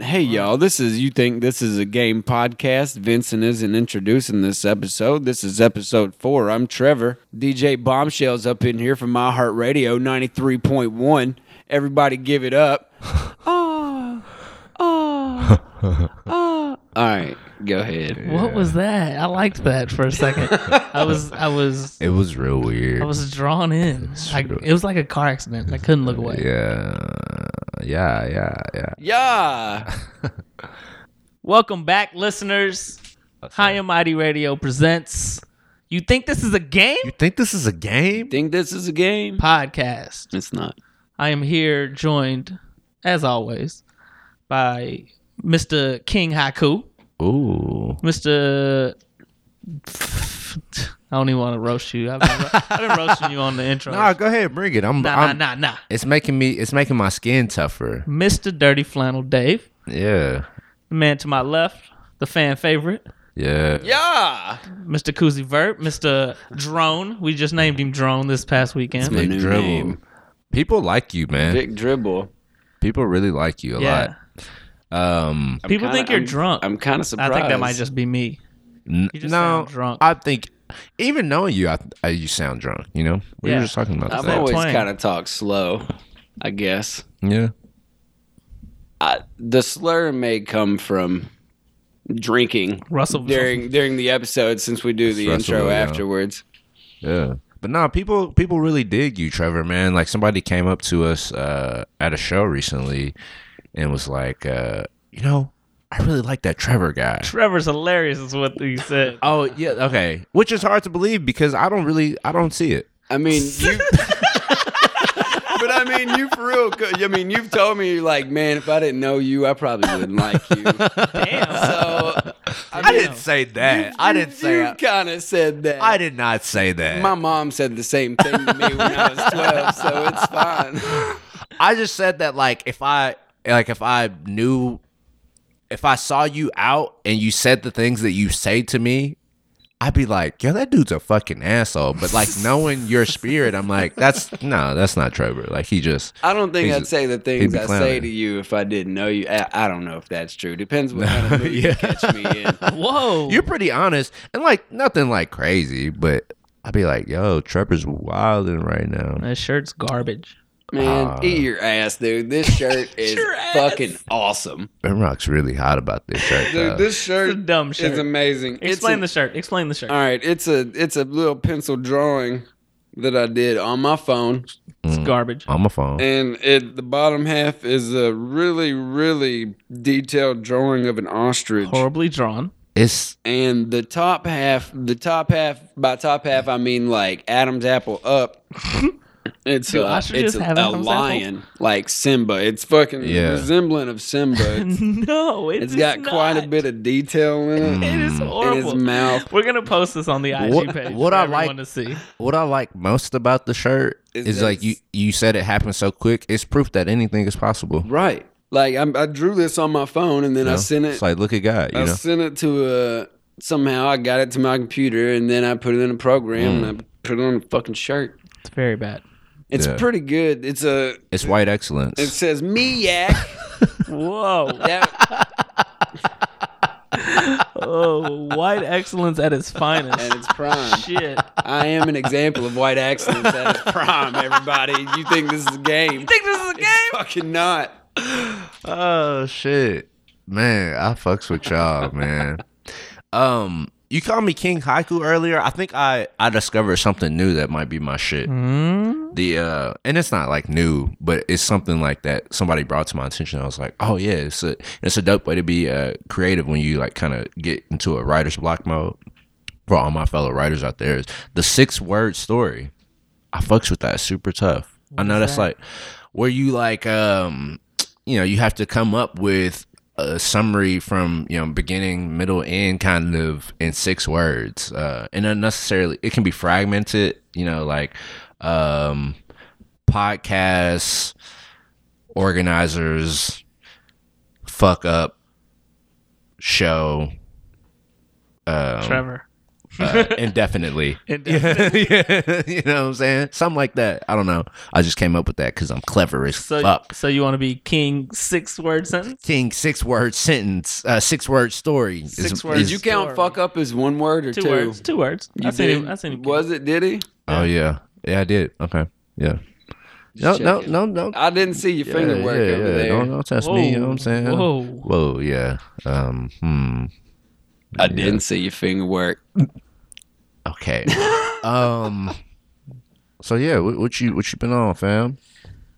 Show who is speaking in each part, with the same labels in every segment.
Speaker 1: Hey, y'all, this is You Think This Is a Game podcast. Vincent isn't introducing this episode. This is episode four. I'm Trevor. DJ Bombshell's up in here from My Heart Radio 93.1. Everybody give it up. Ah, All right, go ahead.
Speaker 2: What was that? I liked that for a second. I was, I was,
Speaker 3: It was real weird.
Speaker 2: I was drawn in. I, it was like a car accident. I couldn't look away.
Speaker 3: yeah, yeah, yeah, yeah.
Speaker 1: Yeah.
Speaker 2: Welcome back, listeners. High and Mighty Radio presents. You think this is a game
Speaker 3: You think this is a game?
Speaker 1: Think this is a game?
Speaker 2: podcast?
Speaker 1: It's not.
Speaker 2: I am here joined, as always, by Mr. King Haku,
Speaker 3: Ooh,
Speaker 2: Mr. I don't even want to roast you. I've been, ro- I've been roasting you on the intro.
Speaker 3: nah, go ahead, bring it. I'm,
Speaker 2: nah, nah,
Speaker 3: I'm
Speaker 2: nah, nah.
Speaker 3: It's making me. It's making my skin tougher.
Speaker 2: Mr. Dirty Flannel Dave,
Speaker 3: Yeah,
Speaker 2: the man to my left, the fan favorite,
Speaker 3: yeah.
Speaker 1: Yeah.
Speaker 2: Mr. Koozie Vert, Mr. Drone. We just named him Drone this past weekend.
Speaker 1: my
Speaker 3: Big
Speaker 1: new
Speaker 3: dribble.
Speaker 1: name.
Speaker 3: People like you, man.
Speaker 1: Big dribble.
Speaker 3: People really like you a
Speaker 2: Yeah.
Speaker 3: lot. Um,
Speaker 1: I'm
Speaker 2: People
Speaker 1: kinda-
Speaker 2: think you're
Speaker 1: I'm-
Speaker 2: drunk.
Speaker 1: I'm kind of
Speaker 2: I
Speaker 1: surprised.
Speaker 2: think that might just be me.
Speaker 3: n-
Speaker 2: You just
Speaker 3: no,
Speaker 2: sound drunk.
Speaker 3: I think even knowing you, I, I you sound drunk. You know, we
Speaker 2: Yeah.
Speaker 3: were just talking about
Speaker 1: I've
Speaker 3: that.
Speaker 1: always
Speaker 2: twang.
Speaker 1: kind of talked slow, I guess.
Speaker 3: yeah,
Speaker 1: I, Uh, the slur may come from drinking
Speaker 2: Russell
Speaker 1: during during the episode since we do the
Speaker 3: Russell,
Speaker 1: intro
Speaker 3: yeah.
Speaker 1: afterwards.
Speaker 3: Yeah. But nah, people people really dig you, Trevor, man. Like somebody came up to us uh at a show recently and was like, uh, you know, I really like that Trevor guy.
Speaker 2: Trevor's hilarious, is what he said.
Speaker 3: Oh yeah, okay. Which is hard to believe because I don't really I don't see it.
Speaker 1: I mean, you But I mean, you for real. co- I mean, you've told me like, man, if I didn't know you, I probably wouldn't like you.
Speaker 2: Damn.
Speaker 1: So
Speaker 3: I didn't say that. Oh, I didn't say
Speaker 1: you kind of said that.
Speaker 3: I did not say that.
Speaker 1: My mom said the same thing to me when I was twelve, so it's fine.
Speaker 3: I just said that like if I like if I knew if I saw you out and you said the things that you say to me, I'd be like, yo, that dude's a fucking asshole. But like knowing your spirit, I'm like, that's no, that's not Trevor. Like he just
Speaker 1: I don't think
Speaker 3: He's-
Speaker 1: I'd say the
Speaker 3: he'd
Speaker 1: things
Speaker 3: be
Speaker 1: I say
Speaker 3: clowning.
Speaker 1: to you if I didn't know you. I, I don't know if that's true. Depends what kind of mood you
Speaker 3: Yeah.
Speaker 1: catch me in.
Speaker 2: Whoa.
Speaker 3: you're pretty honest and like nothing like crazy, but I'd be like, yo, Trevor's wilding right now.
Speaker 2: that shirt's garbage.
Speaker 1: Man,
Speaker 3: Uh,
Speaker 1: eat your ass, dude. This shirt is
Speaker 2: your ass.
Speaker 1: fucking awesome.
Speaker 3: Ben Rock's really hot about this right
Speaker 1: Dude,
Speaker 3: now.
Speaker 1: this
Speaker 2: It's a
Speaker 1: shirt
Speaker 2: dumb
Speaker 1: is
Speaker 2: shirt.
Speaker 1: amazing.
Speaker 2: Explain the
Speaker 1: it's
Speaker 2: shirt. Explain the shirt.
Speaker 1: a, Um, All right, it's a it's a little pencil drawing that I did on my phone,
Speaker 2: It's garbage.
Speaker 3: Mm. on my phone.
Speaker 1: and it the bottom half is a really really detailed drawing of an ostrich,
Speaker 2: Horribly drawn.
Speaker 3: It's
Speaker 1: and the top half the top half by top half I mean like Adam's apple up. It's
Speaker 2: Do
Speaker 1: a,
Speaker 2: ostriches
Speaker 1: it's a,
Speaker 2: have
Speaker 1: a
Speaker 2: Adam's apple?
Speaker 1: lion like Simba. It's fucking
Speaker 3: Yeah.
Speaker 1: resemblant of Simba. It's
Speaker 2: no, it
Speaker 1: It's
Speaker 2: is
Speaker 1: got quite a
Speaker 2: not.
Speaker 1: bit of detail in it.
Speaker 2: It is
Speaker 1: in his
Speaker 2: horrible.
Speaker 1: mouth
Speaker 2: We're gonna post this on the IG
Speaker 3: What-
Speaker 2: page.
Speaker 3: what
Speaker 2: for
Speaker 3: I
Speaker 2: everyone
Speaker 3: like-
Speaker 2: to see.
Speaker 3: what I like most about the shirt
Speaker 1: Is
Speaker 3: is,
Speaker 1: that
Speaker 3: like you
Speaker 1: it's-
Speaker 3: you said it happened so quick. It's proof that anything is possible.
Speaker 1: Right. Like I'm, I drew this on my phone and then I
Speaker 3: know?
Speaker 1: sent it.
Speaker 3: It's like look at God, you
Speaker 1: I
Speaker 3: know.
Speaker 1: sent it to uh somehow I got it to my computer and then I put it in a program and I
Speaker 2: Mm.
Speaker 1: put it on a fucking shirt.
Speaker 2: It's very bad.
Speaker 1: It's
Speaker 3: Yeah.
Speaker 1: pretty good. It's a
Speaker 3: It's white
Speaker 1: it
Speaker 3: excellence.
Speaker 1: says me yak.
Speaker 2: Whoa.
Speaker 1: That,
Speaker 2: Oh, white excellence at its finest.
Speaker 1: and it's prime.
Speaker 2: Shit. I
Speaker 1: I am an example of white excellence at its prime. Everybody, you think this is a game?
Speaker 2: think this is a game?
Speaker 1: Fucking not.
Speaker 3: Oh shit, man! I fucks with y'all, man. Um, you called me King Haiku earlier. I think I I discovered something new that might be my shit. The uh, and it's not like new, but it's something like that somebody brought to my attention. I was like, oh yeah, it's a it's a dope way to be uh creative when you like kind of get into a writer's block mode. For all my fellow writers out there, is the six word story. I fucks with that super tough. I know that's like where you like um you know you have to come up with a summary from you know beginning middle end kind of in six words uh and unnecessarily it can be fragmented you know like um podcasts organizers fuck up show Um,
Speaker 2: Trevor.
Speaker 3: uh, indefinitely. yeah, you know what I'm saying? Something like that. I don't know. I just came up with that because I'm clever as
Speaker 2: So,
Speaker 3: fuck.
Speaker 2: so you want to be king six word sentence?
Speaker 3: King six word sentence, uh, six word story. is-
Speaker 2: Six
Speaker 3: is-
Speaker 2: words.
Speaker 1: Did you count
Speaker 2: Story.
Speaker 1: fuck up as one word or two?
Speaker 2: Two, words. Two words.
Speaker 1: You
Speaker 2: I seen
Speaker 1: did.
Speaker 2: him. I seen him.
Speaker 1: Was it? Did he?
Speaker 3: Oh yeah, yeah, I did. Okay, yeah. No,
Speaker 1: Just
Speaker 3: no,
Speaker 1: checking.
Speaker 3: no, no,
Speaker 1: I didn't see your finger
Speaker 3: Yeah,
Speaker 1: work
Speaker 3: yeah,
Speaker 1: over
Speaker 3: yeah.
Speaker 1: there.
Speaker 3: Don't, don't touch me. You know what I'm saying?
Speaker 2: Whoa.
Speaker 3: Whoa, yeah. Um, hmm.
Speaker 1: I didn't see your finger work.
Speaker 3: Okay. um. So yeah, what, what you what you been on, fam?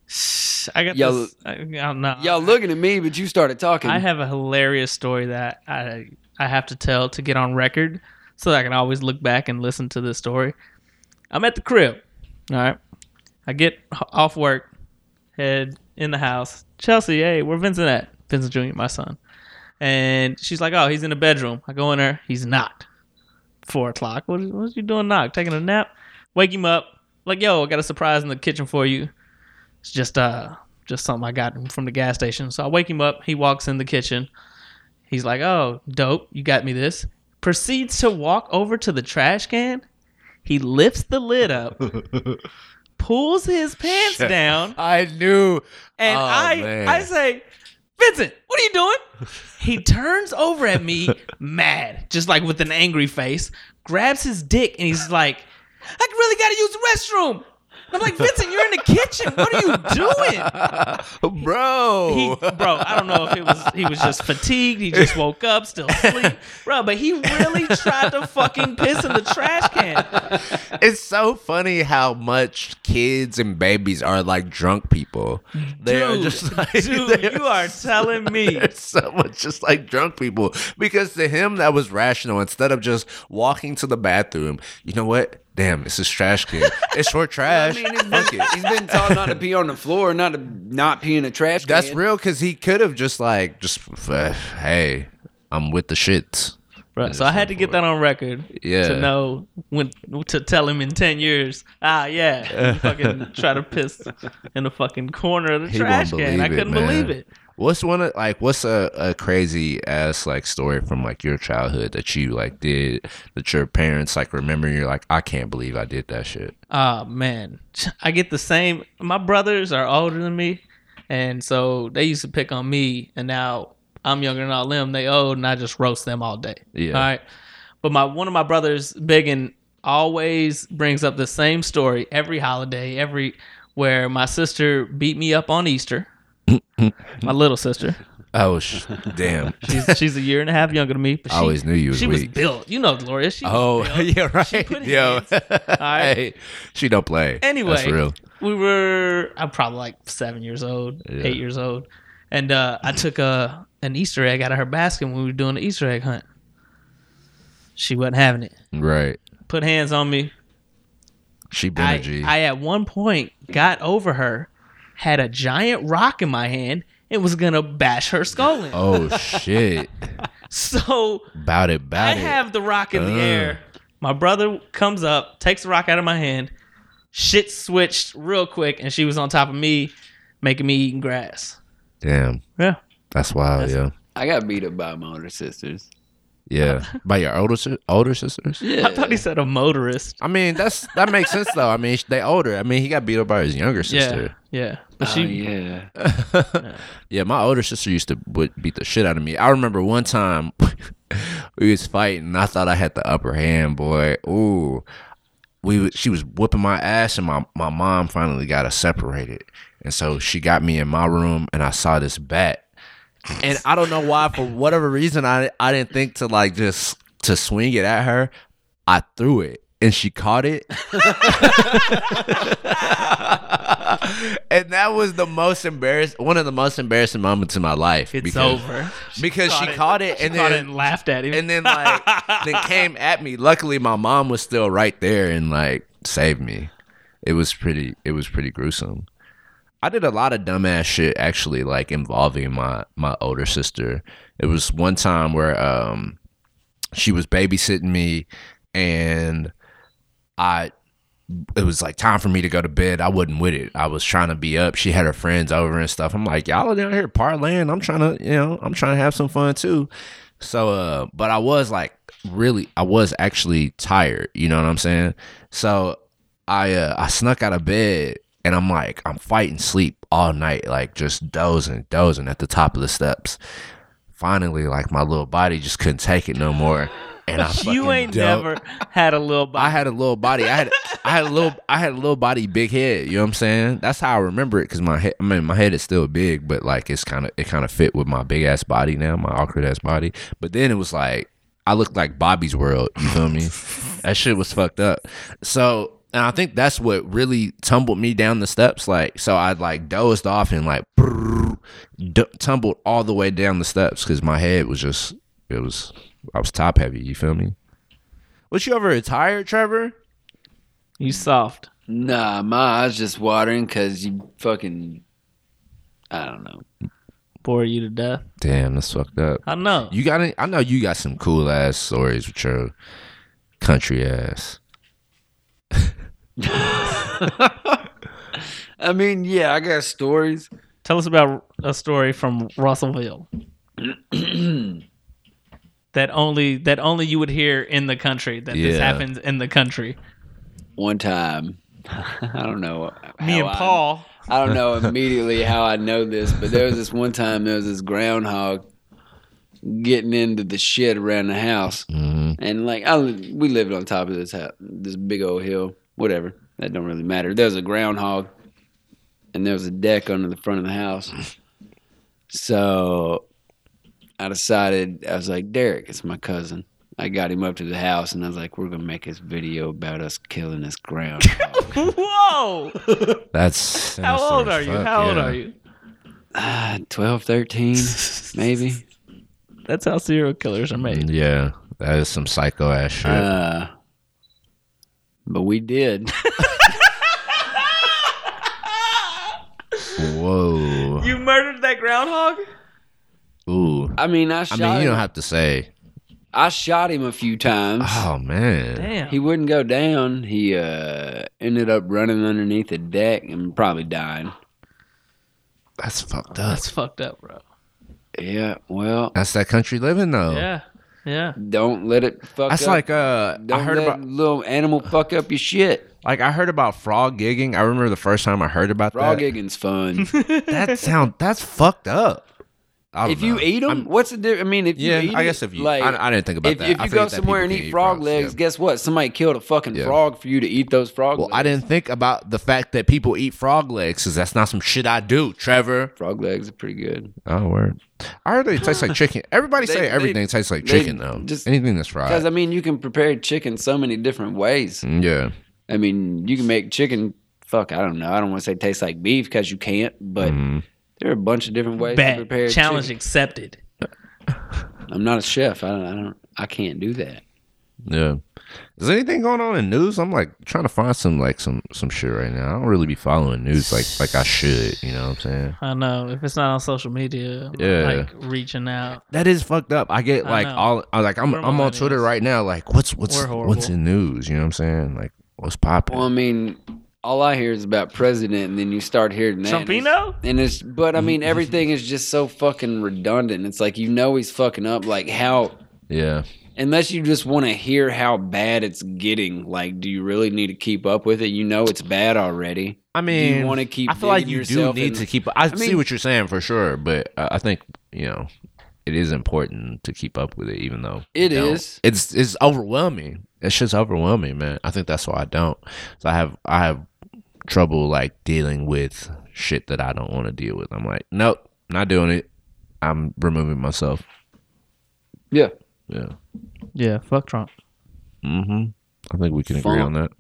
Speaker 2: Shh, I got
Speaker 1: Y'all-
Speaker 2: this. I, I'm not.
Speaker 1: Y'all looking at me, but you started talking.
Speaker 2: I have a hilarious story that I I have to tell to get on record so that I can always look back and listen to this story. I'm at the crib. All right. I get h- off work, head in the house. Chelsea, hey, where Vincent at? Vincent Jr., my son. And she's like, oh, he's in the bedroom. I go in there. He's not. Four o'clock. What, what you doing, knock? Taking a nap? Wake him up. Like, yo, I got a surprise in the kitchen for you. It's just uh just something I got from the gas station. So I wake him up. He walks in the kitchen. He's like, "Oh, dope, you got me this." Proceeds to walk over to the trash can. He lifts the lid up, pulls his pants down,
Speaker 3: I knew.
Speaker 2: and
Speaker 3: Oh,
Speaker 2: I
Speaker 3: man.
Speaker 2: I say, "Vincent, what are you doing?" he turns over at me, mad, just like with an angry face. Grabs his dick and he's like, "I really got to use the restroom." And I'm like, "Vincent, you're in the kitchen. What are you doing?"
Speaker 3: bro.
Speaker 2: he, bro, I don't know if it was he was just fatigued, he just woke up, still asleep, bro. But he really tried to fucking piss in the trash can.
Speaker 3: it's so funny how much kids and babies are like drunk people. They are
Speaker 2: Dude,
Speaker 3: just like
Speaker 2: Dude,
Speaker 3: they
Speaker 2: you are telling me.
Speaker 3: There's so much just like drunk people because to him that was rational instead of just walking to the bathroom. You know what? Damn, this is trash can. It's short trash.
Speaker 1: I mean, he's
Speaker 3: Fuck
Speaker 1: been,
Speaker 3: it.
Speaker 1: he's been taught not to pee on the floor, not to not pee in a trash can.
Speaker 3: That's real because he could have just like just uh, hey, I'm with the shits.
Speaker 2: Bro, so I had to get that on record
Speaker 3: Yeah.
Speaker 2: to know when to tell him in ten years. Ah, yeah, you fucking try to piss in the fucking corner of the
Speaker 3: He
Speaker 2: trash
Speaker 3: won't
Speaker 2: can. I
Speaker 3: believe it,
Speaker 2: couldn't
Speaker 3: man.
Speaker 2: believe it.
Speaker 3: What's one of like what's a, a crazy ass like story from like your childhood that you like did that your parents like remember and you're like, I can't believe I did that shit.
Speaker 2: Oh man, I get the same. My brothers are older than me, and so they used to pick on me, and now I'm younger than all them. They old, and I just roast them all day.
Speaker 3: Yeah.
Speaker 2: All right. But my one of my brothers, Biggin, always brings up the same story every holiday, every where my sister beat me up on Easter. my little sister,
Speaker 3: Oh sh- damn.
Speaker 2: she's, she's a year and a half younger than me. But she,
Speaker 3: I always knew you was
Speaker 2: she was
Speaker 3: weak.
Speaker 2: built. You know, Gloria. She was
Speaker 3: Oh,
Speaker 2: built.
Speaker 3: yeah, right.
Speaker 2: put
Speaker 3: Yo,
Speaker 2: hands. right.
Speaker 3: Hey, she don't play.
Speaker 2: Anyway,
Speaker 3: that's real.
Speaker 2: we were I'm probably like seven years old, eight years old, and uh, I took a an Easter egg out of her basket when we were doing the Easter egg hunt. She wasn't having it.
Speaker 3: Right.
Speaker 2: Put hands on me.
Speaker 3: She
Speaker 2: I,
Speaker 3: Benergy.
Speaker 2: I at one point got over her, had a giant rock in my hand, and was gonna bash her skull in.
Speaker 3: oh shit.
Speaker 2: So
Speaker 3: About it,
Speaker 2: I
Speaker 3: about it.
Speaker 2: have the rock in
Speaker 3: Ugh.
Speaker 2: the air. My brother comes up, takes the rock out of my hand. Shit switched real quick, and she was on top of me, making me eating grass.
Speaker 3: Damn.
Speaker 2: Yeah.
Speaker 3: That's wild, yeah.
Speaker 1: I got beat up by my older sisters.
Speaker 3: Yeah. By your older si- older sisters?
Speaker 2: I thought he said a motorist.
Speaker 3: I mean, that's that makes sense though. I mean, sh- they older. I mean, he got beat up by his younger
Speaker 2: Yeah,
Speaker 3: sister.
Speaker 2: yeah. But
Speaker 1: Oh,
Speaker 2: she,
Speaker 1: yeah.
Speaker 3: Yeah, my older sister used to would beat the shit out of me. I remember one time we was fighting. and I thought I had the upper hand, boy. Ooh, we was- she was whooping my ass, and my my mom finally got us separated. And so she got me in my room, and I saw this bat. And I don't know why, for whatever reason, I I didn't think to like just to swing it at her. I threw it, and she caught it. and that was the most embarrassed, one of the most embarrassing moments in my life.
Speaker 2: it's
Speaker 3: because,
Speaker 2: over.
Speaker 3: because she
Speaker 2: caught it.
Speaker 3: caught it, and
Speaker 2: And Caught
Speaker 3: then
Speaker 2: it and laughed at him.
Speaker 3: and then like then came at me. Luckily, my mom was still right there and like saved me. It was pretty. It was pretty gruesome. I did a lot of dumbass shit actually, like involving my my older sister. It was one time where um she was babysitting me, and I it was like time for me to go to bed. I wasn't with it. I was trying to be up. She had her friends over and stuff. I'm like, y'all are down here parlaying. I'm trying to, you know, I'm trying to have some fun too. So, uh, but I was like really, I was actually tired. You know what I'm saying? So I uh, I snuck out of bed and I'm like I'm fighting sleep all night, like just dozing, dozing at the top of the steps. Finally, like my little body just couldn't take it no more, and I
Speaker 2: you
Speaker 3: fucking
Speaker 2: ain't
Speaker 3: dove-
Speaker 2: never had a little body.
Speaker 3: I had a little body. I had I had a little I had a little body, big head. You know what I'm saying? That's how I remember it because my head. I mean, my head is still big, but like it's kind of it kind of fit with my big ass body now, my awkward ass body. But then it was like I looked like Bobby's World. You feel me? that shit was fucked up. So. And I think that's what really tumbled me down the steps. Like, so I like dozed off and like d- tumbled all the way down the steps because my head was just, it was, I was top heavy. You feel me? Was you ever tired, Trevor?
Speaker 2: you soft.
Speaker 1: Nah, my eyes just watering because you fucking. I don't know.
Speaker 2: Bore you to death.
Speaker 3: Damn, that's fucked up.
Speaker 2: I know.
Speaker 3: You got any, I know you got some cool ass stories with your country ass.
Speaker 1: I mean, yeah, I got stories.
Speaker 2: Tell us about a story from Russellville that only that only you would hear in the country. That this
Speaker 3: Yeah.
Speaker 2: happens in the country.
Speaker 1: One time, I don't know.
Speaker 2: Me
Speaker 1: how
Speaker 2: and
Speaker 1: I-
Speaker 2: Paul.
Speaker 1: I don't know immediately how I know this, but there was this one time there was this groundhog getting into the shit around the house,
Speaker 3: Mm-hmm.
Speaker 1: and like I, li- we lived on top of this house, this big old hill, whatever. That don't really matter. There was a groundhog, and there was a deck under the front of the house, so I decided I was like Derek, it's my cousin. I got him up to the house, and I was like, "We're gonna make this video about us killing this groundhog."
Speaker 2: Whoa!
Speaker 3: That's
Speaker 2: How
Speaker 3: sinister
Speaker 2: old
Speaker 3: as
Speaker 2: are you?
Speaker 3: fuck,
Speaker 2: How old
Speaker 3: yeah.
Speaker 2: are you?
Speaker 1: Ah, 12, 13, maybe.
Speaker 2: That's how serial killers are made.
Speaker 3: Mm, Yeah, that is some psycho ass shit.
Speaker 1: Uh, but we did.
Speaker 3: Whoa.
Speaker 2: You murdered that groundhog?
Speaker 3: Ooh.
Speaker 1: I mean, I
Speaker 3: I
Speaker 1: shot.
Speaker 3: mean, you
Speaker 1: him.
Speaker 3: don't have to say.
Speaker 1: I shot him a few times.
Speaker 3: Oh man.
Speaker 2: Damn.
Speaker 1: He wouldn't go down. He uh, ended up running underneath the deck and probably dying.
Speaker 3: That's fucked up.
Speaker 2: That's fucked up, bro.
Speaker 1: Yeah. Well,
Speaker 3: That's that country living though.
Speaker 2: Yeah. Yeah.
Speaker 1: don't let it fuck.
Speaker 3: That's
Speaker 1: up.
Speaker 3: like uh
Speaker 1: Don't
Speaker 3: I heard
Speaker 1: let
Speaker 3: about
Speaker 1: little animal fuck up your shit.
Speaker 3: like I heard about frog gigging. I remember the first time I heard about
Speaker 1: Raw
Speaker 3: that.
Speaker 1: gigging's fun.
Speaker 3: That sound that's fucked up. I don't
Speaker 1: if you
Speaker 3: know.
Speaker 1: eat them,
Speaker 3: I'm-
Speaker 1: what's the difference? I mean, if
Speaker 3: yeah,
Speaker 1: you eat
Speaker 3: I
Speaker 1: it,
Speaker 3: guess if you
Speaker 1: like,
Speaker 3: I, I didn't think about
Speaker 1: if,
Speaker 3: that.
Speaker 1: if
Speaker 3: I
Speaker 1: you
Speaker 3: forget
Speaker 1: go
Speaker 3: that
Speaker 1: somewhere
Speaker 3: people
Speaker 1: and
Speaker 3: can
Speaker 1: eat frog
Speaker 3: frogs,
Speaker 1: legs,
Speaker 3: yeah.
Speaker 1: guess what? Somebody killed a fucking
Speaker 3: Yeah.
Speaker 1: frog for you to eat those frog
Speaker 3: Well,
Speaker 1: legs.
Speaker 3: I didn't think about the fact that people eat frog legs because that's not some shit I do, Trevor.
Speaker 1: frog legs are pretty good.
Speaker 3: Oh, word. I heard it tastes like chicken. Everybody
Speaker 1: They-
Speaker 3: say
Speaker 1: they-
Speaker 3: everything tastes like
Speaker 1: they
Speaker 3: chicken, though.
Speaker 1: just-
Speaker 3: Anything that's
Speaker 1: Because
Speaker 3: fried. Mm,
Speaker 1: I mean, you can prepare chicken so many different ways.
Speaker 3: yeah.
Speaker 1: I mean, you can make chicken. Fuck, I don't know. I don't want to say taste like beef because you can't. But there are a bunch of different ways to prepare
Speaker 2: Bet. Challenge
Speaker 1: chicken.
Speaker 2: accepted.
Speaker 1: I'm not a chef. I don't. I don't. I can't do that.
Speaker 3: Yeah. Is anything going on in news? I'm like trying to find some like some some shit right now. I don't really be following news like like I should. You know what I'm saying?
Speaker 2: I know. If it's not on social media, I'm,
Speaker 3: Yeah.
Speaker 2: like reaching out.
Speaker 3: That is fucked up. I get
Speaker 2: I
Speaker 3: like
Speaker 2: know.
Speaker 3: all I like I'm
Speaker 2: We're
Speaker 3: I'm on
Speaker 2: millennials.
Speaker 3: Twitter right now. Like what's what's
Speaker 2: We're horrible.
Speaker 3: what's in news? You know what I'm saying? Like what's popping?
Speaker 1: Well, I mean, all I hear is about president, and then you start hearing that. and it's-
Speaker 2: Trumpino?
Speaker 1: And it's, but I mean, everything is just so fucking redundant. It's like you know he's fucking up. Like how,
Speaker 3: yeah.
Speaker 1: unless you just want to hear how bad it's getting. Like, do you really need to keep up with it? You know it's bad already.
Speaker 3: I
Speaker 1: you
Speaker 3: mean,
Speaker 1: wanna keep
Speaker 3: I feel like
Speaker 1: digging
Speaker 3: you do
Speaker 1: yourself
Speaker 3: need
Speaker 1: in-
Speaker 3: to keep. I, see
Speaker 1: mean-
Speaker 3: what you're saying for sure, but I, I think you know it is important to keep up with it, even though
Speaker 1: It
Speaker 3: it is.
Speaker 1: is.
Speaker 3: It's it's overwhelming. It's just overwhelming, man. I think that's why I don't. So I have I have trouble like dealing with shit that I don't want to deal with. I'm like, nope, not doing it. I'm removing myself.
Speaker 1: Yeah.
Speaker 3: Yeah.
Speaker 2: Yeah. Fuck Trump.
Speaker 3: Mm-hmm. I think we can agree
Speaker 1: Fuck.
Speaker 3: on that.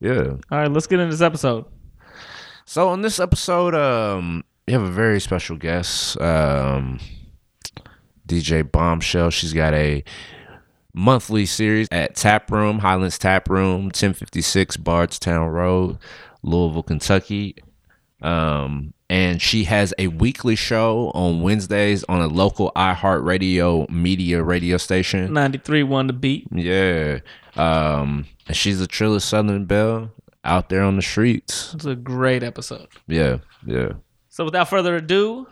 Speaker 3: Yeah.
Speaker 2: All right. Let's get into this episode.
Speaker 3: So on this episode, um, we have a very special guest, um, DJ Bombshell. She's got a monthly series at Tap Room, Highlands Tap Room, 1056 Bardstown Road, Louisville, Kentucky. Um, and she has a weekly show on Wednesdays on a local iHeartRadio media radio station.
Speaker 2: Ninety-three one to beat.
Speaker 3: Yeah. Um, and she's a triller Southern Belle out there on the streets.
Speaker 2: It's a great episode.
Speaker 3: Yeah, yeah.
Speaker 2: So without further ado,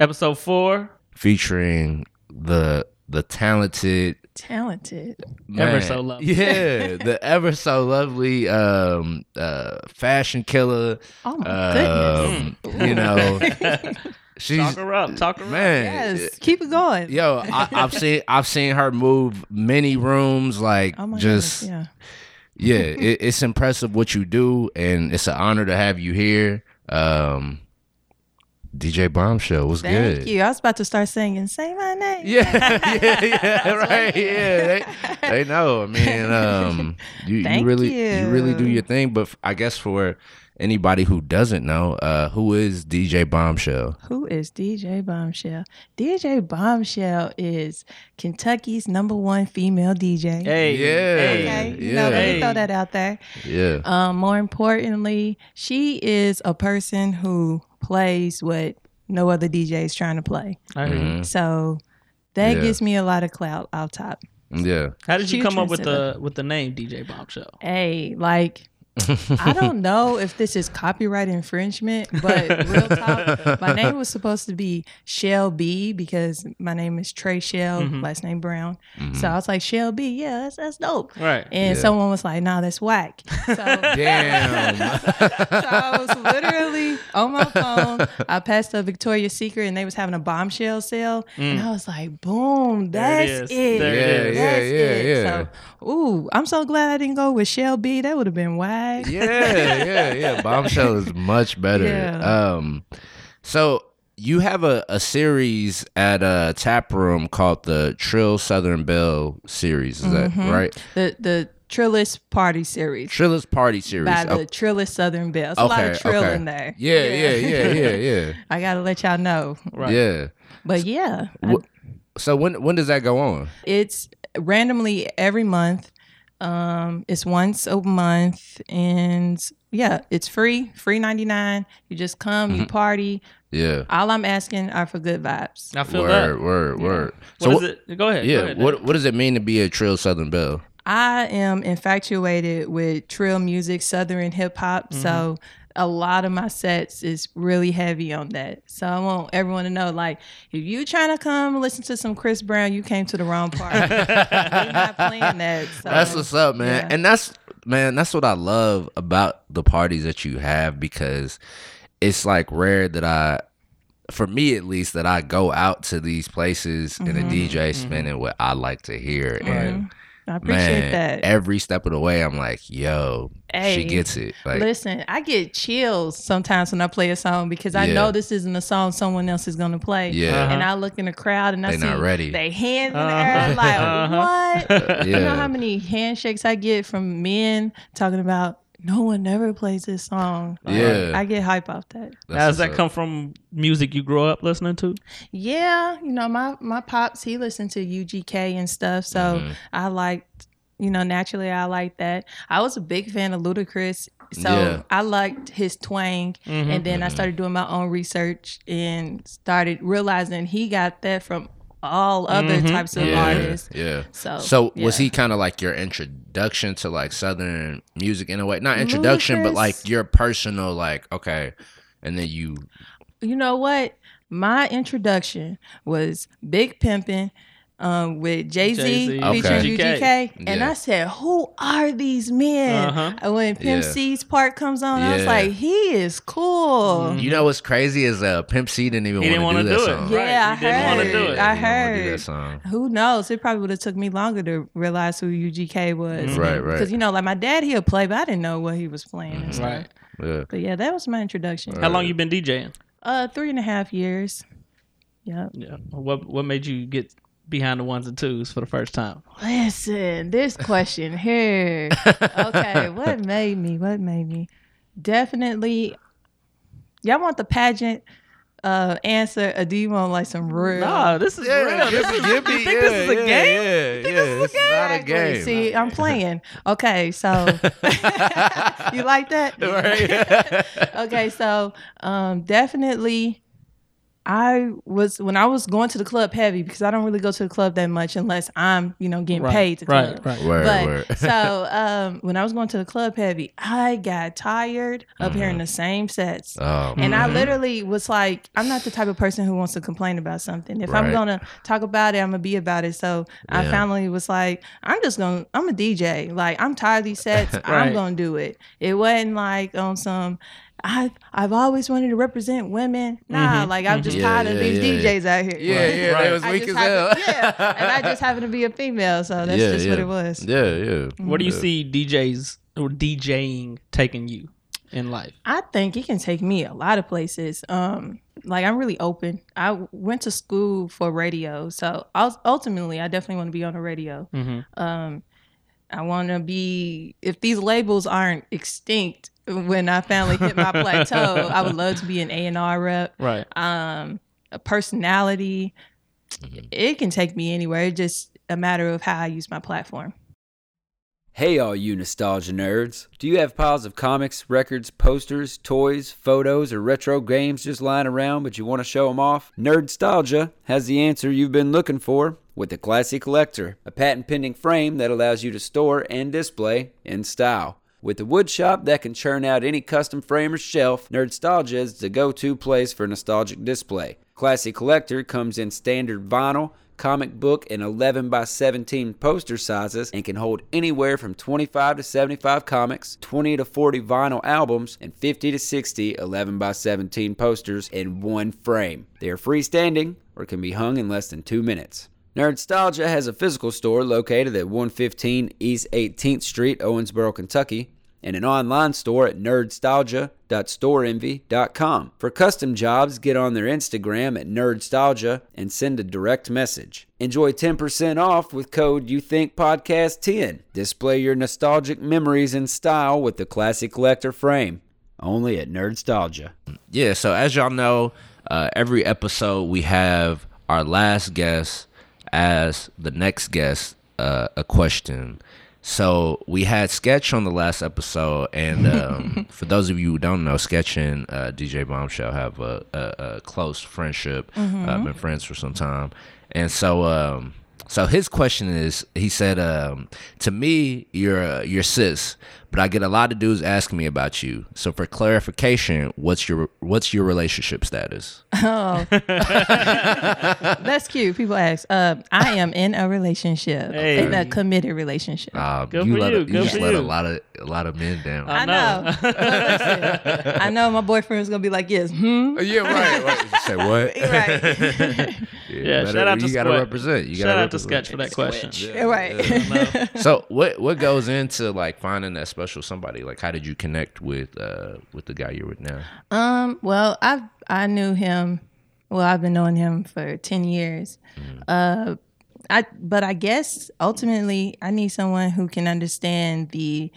Speaker 2: episode four.
Speaker 3: featuring the the talented
Speaker 4: Talented.
Speaker 2: Ever
Speaker 3: Man.
Speaker 2: so lovely.
Speaker 3: Yeah, the ever so lovely um uh fashion killer.
Speaker 4: Oh my goodness.
Speaker 3: Um, you know,
Speaker 2: Talk
Speaker 3: she's
Speaker 2: her up. Talk her up.
Speaker 3: man.
Speaker 4: Yes. Keep it going.
Speaker 3: Yo, I, I've seen I've seen her move many rooms. Like
Speaker 4: Oh my
Speaker 3: just
Speaker 4: goodness.
Speaker 3: yeah, it, it's impressive what you do, and it's an honor to have you here. Um, DJ Bombshell was
Speaker 4: Yeah. Thank
Speaker 3: good.
Speaker 4: you. I was about to start singing. Say my name.
Speaker 3: Yeah, yeah, yeah, right. Yeah, they, they know. I mean, um, you, you
Speaker 4: Thank
Speaker 3: really you. really do
Speaker 4: you.
Speaker 3: your thing. But f- I guess for anybody who doesn't know, uh, who is DJ Bombshell?
Speaker 4: Who is DJ Bombshell? DJ Bombshell is Kentucky's number one female DJ.
Speaker 2: Hey.
Speaker 3: Yeah.
Speaker 2: Hey.
Speaker 4: Okay, you
Speaker 3: yeah.
Speaker 4: know, let
Speaker 2: Hey.
Speaker 4: me throw that out there.
Speaker 3: Yeah,
Speaker 4: Um, more importantly, she is a person who plays what no other DJ is trying to play.
Speaker 2: I hear you.
Speaker 3: Mhm.
Speaker 4: So that
Speaker 3: Yeah.
Speaker 4: gives me a lot of clout out top.
Speaker 3: yeah.
Speaker 2: How did you
Speaker 4: Huge
Speaker 2: come up with
Speaker 4: consider-
Speaker 2: the with the name DJ Bombshell?
Speaker 4: Hey, like I don't know if this is copyright infringement, but real talk, my name was supposed to be Shell B because my name is Trey Shell, last name Brown. So I was like, Shell B, yeah, that's, that's dope.
Speaker 2: Right.
Speaker 4: And
Speaker 3: Yeah.
Speaker 4: someone was like, nah, that's whack. So
Speaker 3: Damn.
Speaker 4: So I was literally on my phone. I passed a Victoria's Secret and they was having a bombshell sale. And I was like, boom,
Speaker 2: Mm. There it is.
Speaker 4: that's it.
Speaker 2: There it
Speaker 3: Yeah,
Speaker 2: is.
Speaker 3: yeah,
Speaker 4: That's
Speaker 3: yeah,
Speaker 4: it.
Speaker 3: yeah.
Speaker 4: So, ooh, I'm so glad I didn't go with Shell B. That would have been whack.
Speaker 3: yeah, yeah, yeah. Bombshell is much better.
Speaker 4: Yeah.
Speaker 3: Um, so you have a, a series at a tap room called the Trill Southern Belle series. Is that right?
Speaker 4: Mm-hmm. The the Trillis Party Series
Speaker 3: Trillers Party series.
Speaker 4: by
Speaker 3: Oh,
Speaker 4: the Trillis Southern Belle. It's a lot of trill in there.
Speaker 3: Yeah, yeah, yeah, yeah, yeah,
Speaker 4: I gotta let y'all know.
Speaker 3: yeah.
Speaker 2: Right.
Speaker 4: But yeah, I-
Speaker 3: Wh- So when when does that go on?
Speaker 4: it's randomly every month. Um, it's once a month, and yeah, it's free, free ninety nine. You just come,
Speaker 3: Mm-hmm.
Speaker 4: you party.
Speaker 3: Yeah.
Speaker 4: All I'm asking are for good vibes.
Speaker 2: I feel
Speaker 3: word,
Speaker 2: that.
Speaker 3: word, word.
Speaker 2: What
Speaker 3: so
Speaker 2: is it? Go ahead.
Speaker 3: yeah,
Speaker 2: Go ahead,
Speaker 3: what what does it mean to be a Trill Southern Belle?
Speaker 4: I am infatuated with trill music, southern hip hop.
Speaker 3: Mm-hmm.
Speaker 4: So a lot of my sets is really heavy on that. So I want everyone to know, like, if you trying to come and listen to some Chris Brown, you came to the wrong party. We're not playing that. So.
Speaker 3: That's what's up, man.
Speaker 4: yeah.
Speaker 3: And that's man, that's what I love about the parties that you have because it's like rare that I for me at least that I go out to these places and the DJ spinning what I like to hear and
Speaker 4: mm-hmm. I appreciate
Speaker 3: man
Speaker 4: that.
Speaker 3: every step of the way I'm like, yo, she
Speaker 4: Hey,
Speaker 3: gets it. Like
Speaker 4: Listen, I get chills sometimes when I play a song because I
Speaker 3: Yeah.
Speaker 4: know this isn't a song someone else is gonna play.
Speaker 3: Yeah.
Speaker 4: And I look in the crowd and I
Speaker 3: They
Speaker 4: see
Speaker 3: not ready.
Speaker 4: they hands in the
Speaker 2: Uh-huh.
Speaker 4: air like
Speaker 2: Uh-huh.
Speaker 4: what? You
Speaker 3: Yeah.
Speaker 4: know how many handshakes I get from men talking about no one ever plays this song.
Speaker 2: Uh-huh.
Speaker 4: Like,
Speaker 3: Yeah.
Speaker 4: I get hype off that.
Speaker 3: that's
Speaker 2: How does
Speaker 3: what's
Speaker 2: that
Speaker 3: up.
Speaker 2: come from music you grew up listening to?
Speaker 4: Yeah, you know, my my pops, he listened to UGK and stuff, so
Speaker 3: Mm-hmm.
Speaker 4: I liked you know, naturally I like that. I was a big fan of Ludacris, so
Speaker 3: Yeah.
Speaker 4: I liked his twang
Speaker 2: Mm-hmm.
Speaker 4: and then I
Speaker 3: Mm-hmm.
Speaker 4: started doing my own research and started realizing he got that from all other types of
Speaker 3: Mm-hmm. yeah,
Speaker 4: artists.
Speaker 3: yeah.
Speaker 4: So
Speaker 3: So was
Speaker 4: Oh, yeah.
Speaker 3: he kind of like your introduction to like Southern music in a way? Not introduction, but like
Speaker 4: Ludacris.
Speaker 3: your personal like okay, and then you
Speaker 4: you know what? My introduction was Big Pimpin' um, with Jay Z
Speaker 2: Jay-Z.
Speaker 4: featuring
Speaker 3: Okay.
Speaker 4: UGK, and
Speaker 3: Yeah.
Speaker 4: I said, "Who are these men?"
Speaker 2: Uh-huh.
Speaker 4: And When Pimp
Speaker 3: Yeah.
Speaker 4: C's part comes on, I was
Speaker 3: Yeah. Mm-hmm.
Speaker 4: like, "He is cool."
Speaker 3: you know what's crazy is uh Pimp C didn't even
Speaker 2: Mm-hmm. He didn't
Speaker 3: want to do
Speaker 2: wanna
Speaker 3: that
Speaker 2: do it.
Speaker 3: song.
Speaker 4: Yeah,
Speaker 2: Right,
Speaker 4: I
Speaker 2: you didn't wanna
Speaker 4: heard.
Speaker 2: do it.
Speaker 4: I
Speaker 3: He didn't wanna do that
Speaker 4: heard.
Speaker 3: song.
Speaker 4: Who knows? It probably would have took me longer to realize who UGK was.
Speaker 2: Mm-hmm.
Speaker 3: Right, right.
Speaker 4: Because you know, like my dad, he'll play, but I didn't know what he was playing. and stuff.
Speaker 2: Mm-hmm. Right.
Speaker 3: Yeah.
Speaker 4: But yeah, that was my introduction.
Speaker 2: How long you been DJing?
Speaker 4: Uh, three and a half years. Yep.
Speaker 2: Yeah. What What made you get behind the ones and twos for the first time?
Speaker 4: Listen, this question here. Okay, what made me? What made me? Definitely. Y'all want the pageant uh answer, or do you want like some real?
Speaker 2: Nah, this is real. This is,
Speaker 3: give me,
Speaker 2: you think this is a game?
Speaker 3: Yeah, yeah, this is not a
Speaker 4: Exactly.
Speaker 3: game.
Speaker 4: See, I'm playing. Okay, so you like that?
Speaker 3: Right?
Speaker 4: Okay, so um, definitely, I was when I was going to the club heavy because I don't really go to the club that much unless I'm you know getting
Speaker 2: Right,
Speaker 4: paid to club.
Speaker 2: right, right.
Speaker 3: Word,
Speaker 4: But
Speaker 3: word.
Speaker 4: so um, when I was going to the club heavy, I got tired of
Speaker 2: Mm-hmm.
Speaker 4: hearing the same sets.
Speaker 3: Oh,
Speaker 4: And I
Speaker 3: man.
Speaker 4: literally was like, I'm not the type of person who wants to complain about something. If I'm
Speaker 3: Right.
Speaker 4: gonna talk about it, I'm gonna be about it. So I
Speaker 3: Yeah.
Speaker 4: finally was like, I'm just gonna, I'm a DJ. Like I'm tired of these sets.
Speaker 2: Right.
Speaker 4: I'm gonna do it. It wasn't like on some. I've I've always wanted to represent women. Nah, like I'm just
Speaker 3: mhm.
Speaker 4: tired
Speaker 3: Yeah,
Speaker 4: of
Speaker 3: yeah,
Speaker 4: these
Speaker 3: yeah, yeah.
Speaker 4: DJs out here.
Speaker 3: Yeah,
Speaker 4: Like,
Speaker 3: yeah,
Speaker 2: Right.
Speaker 3: they was
Speaker 4: I
Speaker 3: weak as
Speaker 4: just
Speaker 3: hell.
Speaker 4: happened- yeah, and I just happened to be a female, so that's
Speaker 3: Yeah,
Speaker 4: just
Speaker 3: yeah.
Speaker 4: what it was.
Speaker 3: Yeah, yeah.
Speaker 2: Where do you
Speaker 3: Yeah.
Speaker 2: see DJs or DJing taking you in life?
Speaker 4: I think it can take me a lot of places. Um, like I'm really open. I w- went to school for radio, so ul- ultimately, I definitely want to be on the radio.
Speaker 2: Mm-hmm.
Speaker 4: Um, I want to be. If these labels aren't extinct when I finally hit my plateau, I would love to be an A and R rep.
Speaker 2: Right.
Speaker 4: Um, a personality. It can take me anywhere. It's just a matter of how I use my platform.
Speaker 1: Hey, all you nostalgia nerds! Do you have piles of comics, records, posters, toys, photos, or retro games just lying around but you want to show them off? Nerdstalgia has the answer you've been looking for with the Classy Collector, a patent pending frame that allows you to store and display in style. With a wood shop that can churn out any custom frame or shelf, Nerdstalgia is the go to place for nostalgic display. Classy Collector comes in standard vinyl, comic book, and 11 by 17 poster sizes and can hold anywhere from 25 to 75 comics, 20 to 40 vinyl albums, and 50 to 60 11 by 17 posters in one frame. They are freestanding or can be hung in less than two minutes. Nerdstalgia has a physical store located at 115 East 18th Street, Owensboro, Kentucky, and an online store at nerdstalgia.storeenvy.com. For custom jobs, get on their Instagram at nerdstalgia and send a direct message. Enjoy 10% off with code YouThinkPodcast10. Display your nostalgic memories in style with the classic collector frame. Only at Nerdstalgia.
Speaker 3: yeah so as y'all know uh, every episode we have our last guest as the next guest uh, a question so we had sketch on the last episode and um, for those of you who don't know sketch and uh, dj bombshell have a, a, a close friendship
Speaker 4: Mm-hmm.
Speaker 3: uh, been friends for some time and so um, so his question is, he said, um, "To me, you're uh, you're cis, but I get a lot of dudes asking me about you. So for clarification, what's your what's your relationship status?
Speaker 4: Oh, that's cute. People ask. Uh, I am in a relationship,
Speaker 2: Hey.
Speaker 4: in a committed relationship.
Speaker 3: Um,
Speaker 2: Good
Speaker 3: you
Speaker 2: for
Speaker 3: let
Speaker 2: you,
Speaker 3: a,
Speaker 2: good
Speaker 3: just
Speaker 2: for
Speaker 3: let a
Speaker 2: you.
Speaker 3: lot of a lot of men down.
Speaker 4: I know. Listen, I know my boyfriend's gonna be like, yes, hmm.
Speaker 3: Oh, yeah, right. right. You say what?
Speaker 4: Right.
Speaker 3: You
Speaker 2: Yeah, shout out to
Speaker 3: you. Got to
Speaker 2: Squat.
Speaker 3: represent. You
Speaker 2: Shout
Speaker 3: gotta
Speaker 2: out to
Speaker 3: represent.
Speaker 2: Sketch for that question.
Speaker 4: right.
Speaker 3: so what what goes into like finding that special somebody? Like, how did you connect with uh, with the guy you're with now?
Speaker 4: Um, well, I I knew him. Well, I've been knowing him for ten years. Uh, I but I guess ultimately I need someone who can understand the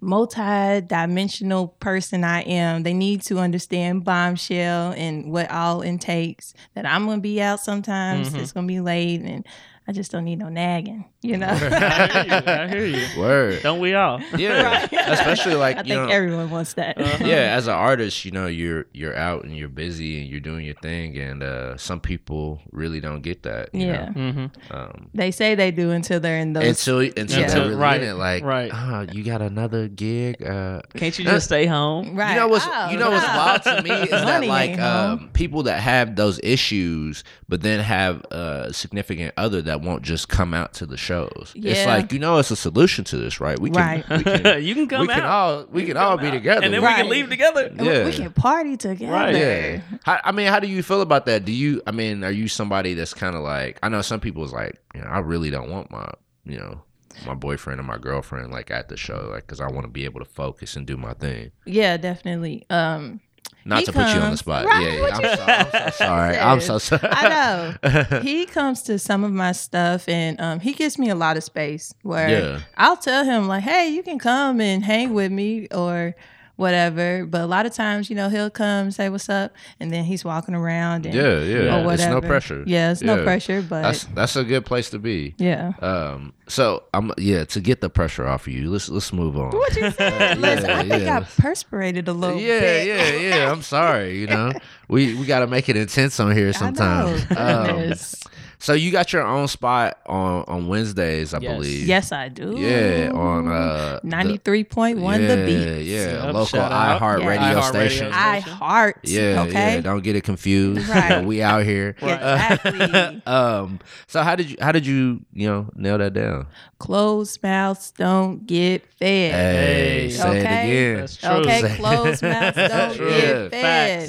Speaker 4: multi-dimensional person I am. They need to understand bombshell and what all intakes. That I'm gonna be out sometimes. It's gonna be late, and I just don't need no nagging. You know.
Speaker 2: I hear you. I hear you.
Speaker 3: Word.
Speaker 2: Don't we all?
Speaker 3: Yeah, especially like
Speaker 4: I
Speaker 3: you
Speaker 4: think
Speaker 3: know,
Speaker 4: everyone wants that.
Speaker 2: Uh-huh.
Speaker 3: yeah. As an artist, you know, you're you're out and you're busy and you're doing your thing, and uh, some people really don't get that. you
Speaker 4: Yeah.
Speaker 3: know?
Speaker 2: Mm-hmm.
Speaker 3: Um,
Speaker 4: They say they do until they're in those
Speaker 3: until until
Speaker 4: Yeah.
Speaker 3: they're really
Speaker 2: Right,
Speaker 3: in it, like,
Speaker 2: right.
Speaker 3: "Oh, you got another gig. Uh,
Speaker 2: Can't you just stay home?
Speaker 4: Right.
Speaker 3: You know what's
Speaker 4: Oh,
Speaker 3: you know what's
Speaker 4: no.
Speaker 3: wild to me is that
Speaker 4: Money
Speaker 3: like
Speaker 4: ain't home.
Speaker 3: um, people that have those issues, but then have a significant other that won't just come out to the shows. It's
Speaker 4: Yeah.
Speaker 3: like you know, it's a solution to this, right? We can
Speaker 4: Right.
Speaker 3: we can,
Speaker 2: you can come
Speaker 3: we
Speaker 2: out.
Speaker 3: can all we can all be together,
Speaker 2: and then we
Speaker 4: Right.
Speaker 2: can leave together.
Speaker 4: And we- we can party together.
Speaker 2: Right.
Speaker 3: Yeah. How, I mean, how do you feel about that? Do you? I mean, are you somebody that's kind of like? I know some people's like, you know, I really don't want my, you know, my boyfriend or my girlfriend like at the show, like, because I want to be able to focus and do my thing.
Speaker 4: Yeah, definitely. Um,
Speaker 3: Not
Speaker 4: He
Speaker 3: to put you on the
Speaker 4: comes.
Speaker 3: spot.
Speaker 4: Right,
Speaker 3: yeah, yeah.
Speaker 4: what
Speaker 3: I'm,
Speaker 4: you-
Speaker 3: so, I'm so sorry. I'm so sorry.
Speaker 4: I know he comes to some of my stuff, and um, he gives me a lot of space where
Speaker 3: Yeah.
Speaker 4: I'll tell him like, "Hey, you can come and hang with me," or whatever. But a lot of times, you know, he'll come say what's up, and then he's walking around. And,
Speaker 3: Yeah, yeah.
Speaker 4: Or
Speaker 3: It's no
Speaker 4: whatever.
Speaker 3: pressure.
Speaker 4: Yeah, it's
Speaker 3: Yeah.
Speaker 4: no pressure, but
Speaker 3: That's that's a good place to be.
Speaker 4: yeah.
Speaker 3: Um. So I'm yeah. To get the pressure off of you, let's let's move on.
Speaker 4: What you said? Listen, I think
Speaker 3: yeah.
Speaker 4: I perspirated a little
Speaker 3: yeah,
Speaker 4: bit.
Speaker 3: yeah, yeah. I'm sorry. You know, we we got to make it intense on here sometimes.
Speaker 4: I know.
Speaker 3: Um,
Speaker 4: Goodness.
Speaker 3: so you got your own spot on on Wednesdays, I
Speaker 2: Yes.
Speaker 3: believe.
Speaker 4: yes, I do.
Speaker 3: Yeah, on uh the-
Speaker 4: ninety three point one,
Speaker 3: yeah,
Speaker 4: the beat.
Speaker 3: Yeah,
Speaker 2: Yep,
Speaker 3: local
Speaker 2: shout out.
Speaker 3: iHeart
Speaker 4: Yeah.
Speaker 3: radio
Speaker 2: iHeart radio.
Speaker 3: station.
Speaker 4: I heart.
Speaker 3: Yeah,
Speaker 4: okay.
Speaker 3: yeah. Don't get it confused.
Speaker 4: Right.
Speaker 3: Yeah, we out here.
Speaker 4: Yeah, exactly.
Speaker 3: um. So how did you how did you you know nail that down?
Speaker 4: Closed mouths don't get fed.
Speaker 3: Hey,
Speaker 2: Hey.
Speaker 3: say
Speaker 4: Okay.
Speaker 3: it again.
Speaker 2: That's true.
Speaker 4: Okay, closed mouths don't
Speaker 3: True.
Speaker 4: get
Speaker 2: Yeah.
Speaker 4: fed.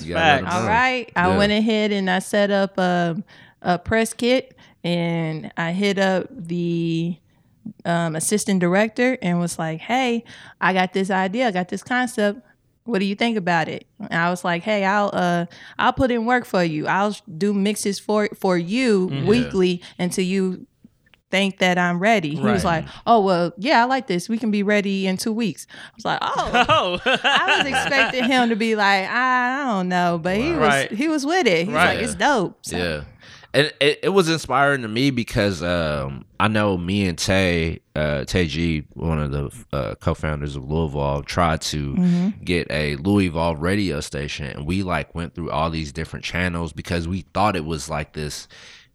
Speaker 2: Facts.
Speaker 3: You gotta let 'em
Speaker 2: Facts.
Speaker 3: know.
Speaker 4: All right. I
Speaker 3: Yeah.
Speaker 4: went ahead and I set up um, a press kit and I hit up the um, assistant director and was like, hey, I got this idea. I got this concept. What do you think about it? And I was like, "Hey, I'll uh, I'll put in work for you. I'll do mixes for for you weekly until you think that I'm ready." He was
Speaker 2: Right.
Speaker 4: like, "Oh well, yeah, I like this. We can be ready in two weeks." I was like, "Oh,
Speaker 2: Oh,
Speaker 4: I was expecting him to be like, I, I don't know, but he was
Speaker 2: Right.
Speaker 4: he was with it. He's
Speaker 2: Right.
Speaker 4: like, it's dope. So,
Speaker 3: Yeah. And it, it was inspiring to me because um, I know me and Tay, uh, Tay G, one of the uh, co-founders of Louisville, tried to
Speaker 4: mm-hmm.
Speaker 3: get a Louisville radio station, and we like went through all these different channels because we thought it was like this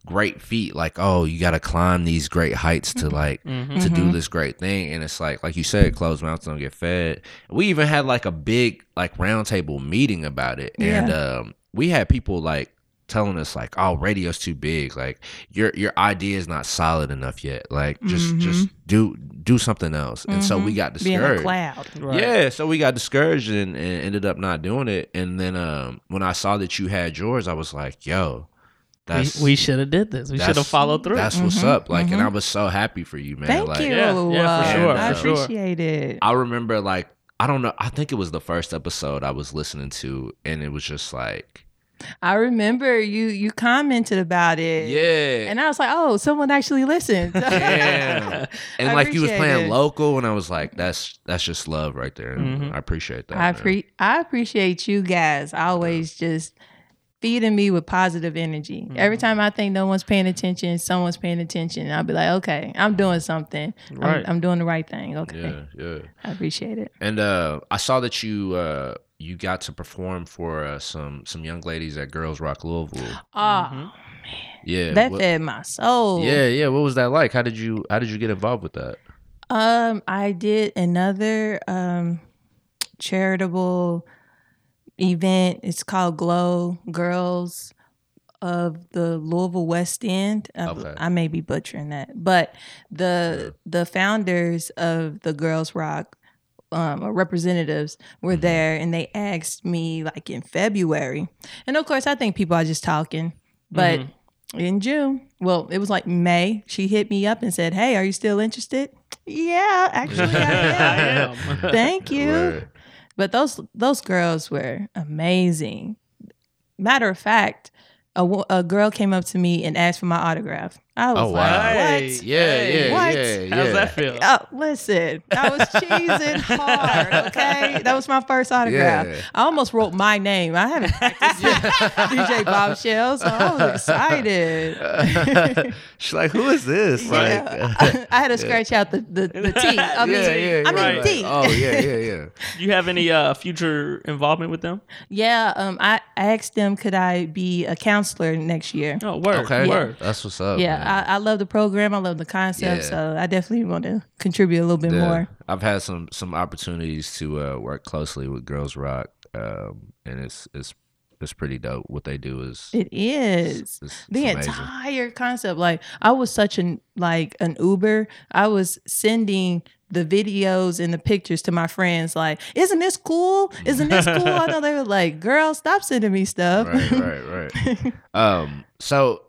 Speaker 3: great feat, like oh, you got to climb these great heights to like
Speaker 2: Mm-hmm.
Speaker 3: to
Speaker 4: Mm-hmm.
Speaker 3: do this great thing, and it's like like you said, closed mouths don't get fed. We even had like a big like roundtable meeting about it, and um, we had people like telling us like oh radio's too big like your your idea is not solid enough yet like just just
Speaker 2: Mm-hmm.
Speaker 3: do do something else and so we got
Speaker 4: being a
Speaker 3: discouraged
Speaker 4: cloud.
Speaker 2: Right.
Speaker 3: yeah so we got discouraged and, and ended up not doing it and then um when i saw that you had yours i was like
Speaker 2: we,
Speaker 3: yo that's
Speaker 2: we should have did this. We should have
Speaker 3: that's-
Speaker 2: followed through. Mm-hmm.
Speaker 3: that's what's up like and i was so happy for you man
Speaker 4: Thank
Speaker 3: like
Speaker 4: you. uh,
Speaker 2: Yeah, yeah,
Speaker 3: for sure,
Speaker 4: I
Speaker 3: for sure.
Speaker 4: appreciate it.
Speaker 3: I remember like I don't know. I think it was the first episode I was listening to, and it was just like,
Speaker 4: I remember you you commented about it.
Speaker 3: yeah,
Speaker 4: And I was like, oh, someone actually listened.
Speaker 3: Damn. and
Speaker 4: I
Speaker 3: like you was
Speaker 4: appreciate
Speaker 3: playing
Speaker 4: it.
Speaker 3: local, and I was like, that's that's just love right there. And
Speaker 2: Mhm.
Speaker 3: I appreciate that.
Speaker 4: Mm-hmm. I
Speaker 3: man.
Speaker 4: pre- I appreciate you guys always just feeding me with positive energy. Every
Speaker 2: Mm-hmm.
Speaker 4: time I think no one's paying attention, someone's paying attention. I'll be like, okay, I'm doing something. I'm-
Speaker 2: Right.
Speaker 4: I'm, doing the right thing. Okay.
Speaker 3: Yeah, yeah.
Speaker 4: I appreciate it.
Speaker 3: And uh, I saw that you uh, you got to perform for uh, some some young ladies at Girls Rock Louisville.
Speaker 4: Oh,
Speaker 2: Mm-hmm.
Speaker 3: Yeah,
Speaker 4: that
Speaker 3: what-
Speaker 4: fed my soul.
Speaker 3: yeah, yeah. What was that like? How did you how did you get involved with that?
Speaker 4: Um, I did another um charitable event. It's called Glow Girls of the Louisville West End. I,
Speaker 3: Okay.
Speaker 4: I may be butchering that, but the the founders of the Girls Rock um, or representatives were
Speaker 3: Mm-hmm.
Speaker 4: there, and they asked me like in February, and of course I think people are just talking, but
Speaker 2: Mm-hmm.
Speaker 4: in June. Well, it was like May. She hit me up and said, "Hey, are you still interested?" Yeah, actually, I am. Thank you.
Speaker 3: Right.
Speaker 4: But those those girls were amazing. Matter of fact, a, wo- a girl came up to me and asked for my autograph. I was
Speaker 3: Oh
Speaker 4: like,
Speaker 3: wow!
Speaker 2: Hey,
Speaker 4: "What?"
Speaker 3: Yeah,
Speaker 2: Hey,
Speaker 3: yeah,
Speaker 4: what?
Speaker 3: yeah,
Speaker 2: How's
Speaker 3: yeah.
Speaker 2: that feel?
Speaker 4: Oh, listen, I was cheesing hard. Okay, that was my first autograph.
Speaker 3: Yeah.
Speaker 4: I almost wrote my name. I haven't practiced DJ Bob Shell, so I was excited.
Speaker 3: She's like, who is this?
Speaker 4: Yeah.
Speaker 3: Like, uh,
Speaker 4: I had to scratch out the the, the T. I mean,
Speaker 3: yeah, yeah,
Speaker 4: I mean
Speaker 3: yeah.
Speaker 4: D.
Speaker 3: Like, oh yeah, yeah, yeah.
Speaker 2: Do you have any uh, future involvement with them?
Speaker 3: oh.
Speaker 4: Yeah, um, I asked them could I be a counselor next year.
Speaker 2: Oh, word,
Speaker 3: Okay,
Speaker 2: word.
Speaker 3: that's what's up. Oh, man.
Speaker 4: yeah, I, I love the program. I love the concept.
Speaker 3: Yeah.
Speaker 4: So I definitely want to contribute a little bit
Speaker 3: Yeah.
Speaker 4: more.
Speaker 3: I've had some some opportunities to uh, work closely with Girls Rock, um, and it's it's it's pretty dope. What they do is
Speaker 4: It is.
Speaker 3: it's,
Speaker 4: the
Speaker 3: it's amazing.
Speaker 4: entire concept like i was such an like an uber i was sending the videos and the pictures to my friends like isn't this cool isn't this cool i know they were like girl stop sending me stuff
Speaker 3: right, right, right. um, so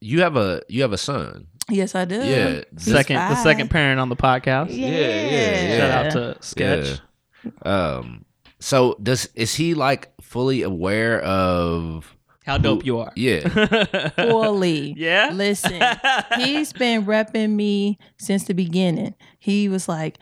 Speaker 3: you have a you have a son.
Speaker 4: yes i do
Speaker 3: Yeah, this-
Speaker 2: Second, the
Speaker 4: five.
Speaker 2: second parent on the podcast.
Speaker 4: yeah,
Speaker 3: yeah,
Speaker 2: Shout out to Sketch.
Speaker 3: Um, so does is he like fully aware of?
Speaker 2: How dope you are.
Speaker 3: Yeah,
Speaker 4: fully
Speaker 2: Yeah?
Speaker 4: listen he's been repping me since the beginning he was like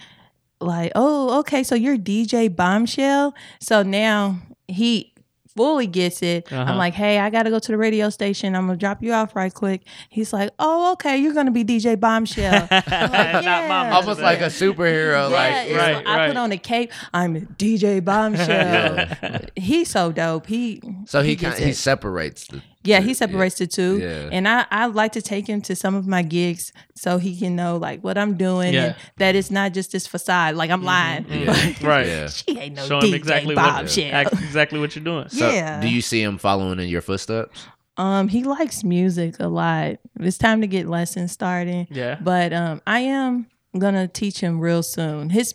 Speaker 4: like, oh, okay, so you're DJ Bombshell. So now he fully gets it.
Speaker 2: Uh-huh.
Speaker 4: I'm like, hey, I gotta go to the radio station. I'm gonna drop you off right quick. He's like, oh, okay, you're gonna be DJ Bombshell. I'm like,
Speaker 2: Not Mama
Speaker 4: "Yeah."
Speaker 2: Elizabeth.
Speaker 5: Almost like a superhero.
Speaker 4: Yeah,
Speaker 5: like
Speaker 4: it's
Speaker 2: Right,
Speaker 4: like, I
Speaker 2: right.
Speaker 4: put on a cape. I'm DJ Bombshell. He's so dope. He
Speaker 5: so he
Speaker 4: gets
Speaker 5: kind he
Speaker 4: it.
Speaker 5: separates the
Speaker 4: Yeah, he separates the two.
Speaker 5: Yeah.
Speaker 4: And I, I like to take him to some of my gigs so he can know like what I'm doing
Speaker 2: Yeah.
Speaker 4: and that it's not just this facade. Like I'm lying.
Speaker 5: Yeah.
Speaker 2: right.
Speaker 5: Yeah.
Speaker 4: she ain't no
Speaker 2: Show him
Speaker 4: DJ
Speaker 2: exactly what
Speaker 4: Bombshell.
Speaker 2: act- exactly what you're doing.
Speaker 5: So
Speaker 4: yeah.
Speaker 5: do you see him following in your footsteps?
Speaker 4: um he likes music a lot. It's time to get lessons starting.
Speaker 2: Yeah.
Speaker 4: But um I am gonna teach him real soon. His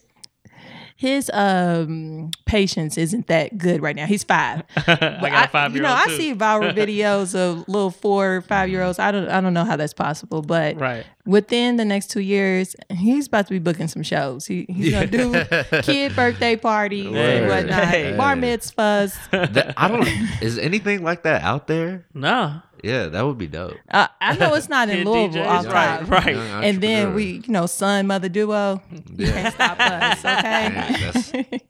Speaker 4: his um patience isn't that good right now. He's five.
Speaker 2: I got a five year
Speaker 4: You know,
Speaker 2: old.
Speaker 4: I see viral videos of little four, five year olds. I don't, I don't know how that's possible, but
Speaker 2: Right.
Speaker 4: within the next two years, he's about to be booking some shows. He, he's gonna do kid birthday parties and
Speaker 2: Word.
Speaker 4: whatnot,
Speaker 2: Hey.
Speaker 4: bar mitzvahs.
Speaker 5: That-
Speaker 3: I don't. Is anything like that out there?
Speaker 2: No.
Speaker 3: Yeah, that would be dope.
Speaker 4: Uh, I know it's not in
Speaker 2: Kid
Speaker 4: Louisville,
Speaker 2: DJs.
Speaker 4: off
Speaker 2: Right,
Speaker 4: top.
Speaker 2: right.
Speaker 5: Young
Speaker 4: And then
Speaker 5: entrepreneur.
Speaker 4: we, you know, son mother duo. You can't stop us,
Speaker 5: Yeah, that's-
Speaker 4: okay?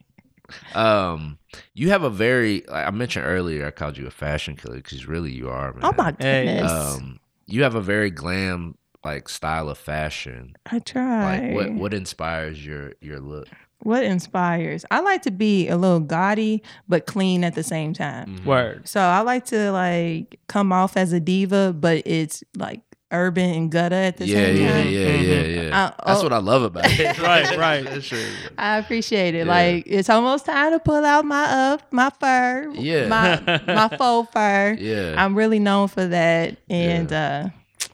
Speaker 3: Um, you have a very. Like I mentioned earlier, I called you a fashion killer because really you are. Man.
Speaker 4: oh my
Speaker 2: Hey,
Speaker 4: goodness,
Speaker 3: Um, you have a very glam like style of fashion.
Speaker 4: I tried.
Speaker 3: Like what what inspires your your look?
Speaker 4: what inspires? I like to be a little gaudy but clean at the same time.
Speaker 2: Word.
Speaker 4: So I like to like come off as a diva, but it's like urban and gutta at the
Speaker 5: yeah,
Speaker 4: same
Speaker 5: yeah,
Speaker 4: time.
Speaker 5: yeah, yeah, yeah.
Speaker 4: I,
Speaker 5: That's
Speaker 4: oh,
Speaker 5: what I love about it.
Speaker 2: Right, right.
Speaker 4: I appreciate it.
Speaker 5: Yeah.
Speaker 4: Like it's almost time to pull out my up, my fur,
Speaker 5: Yeah.
Speaker 4: my my faux fur.
Speaker 5: Yeah.
Speaker 4: I'm really known for that, and uh,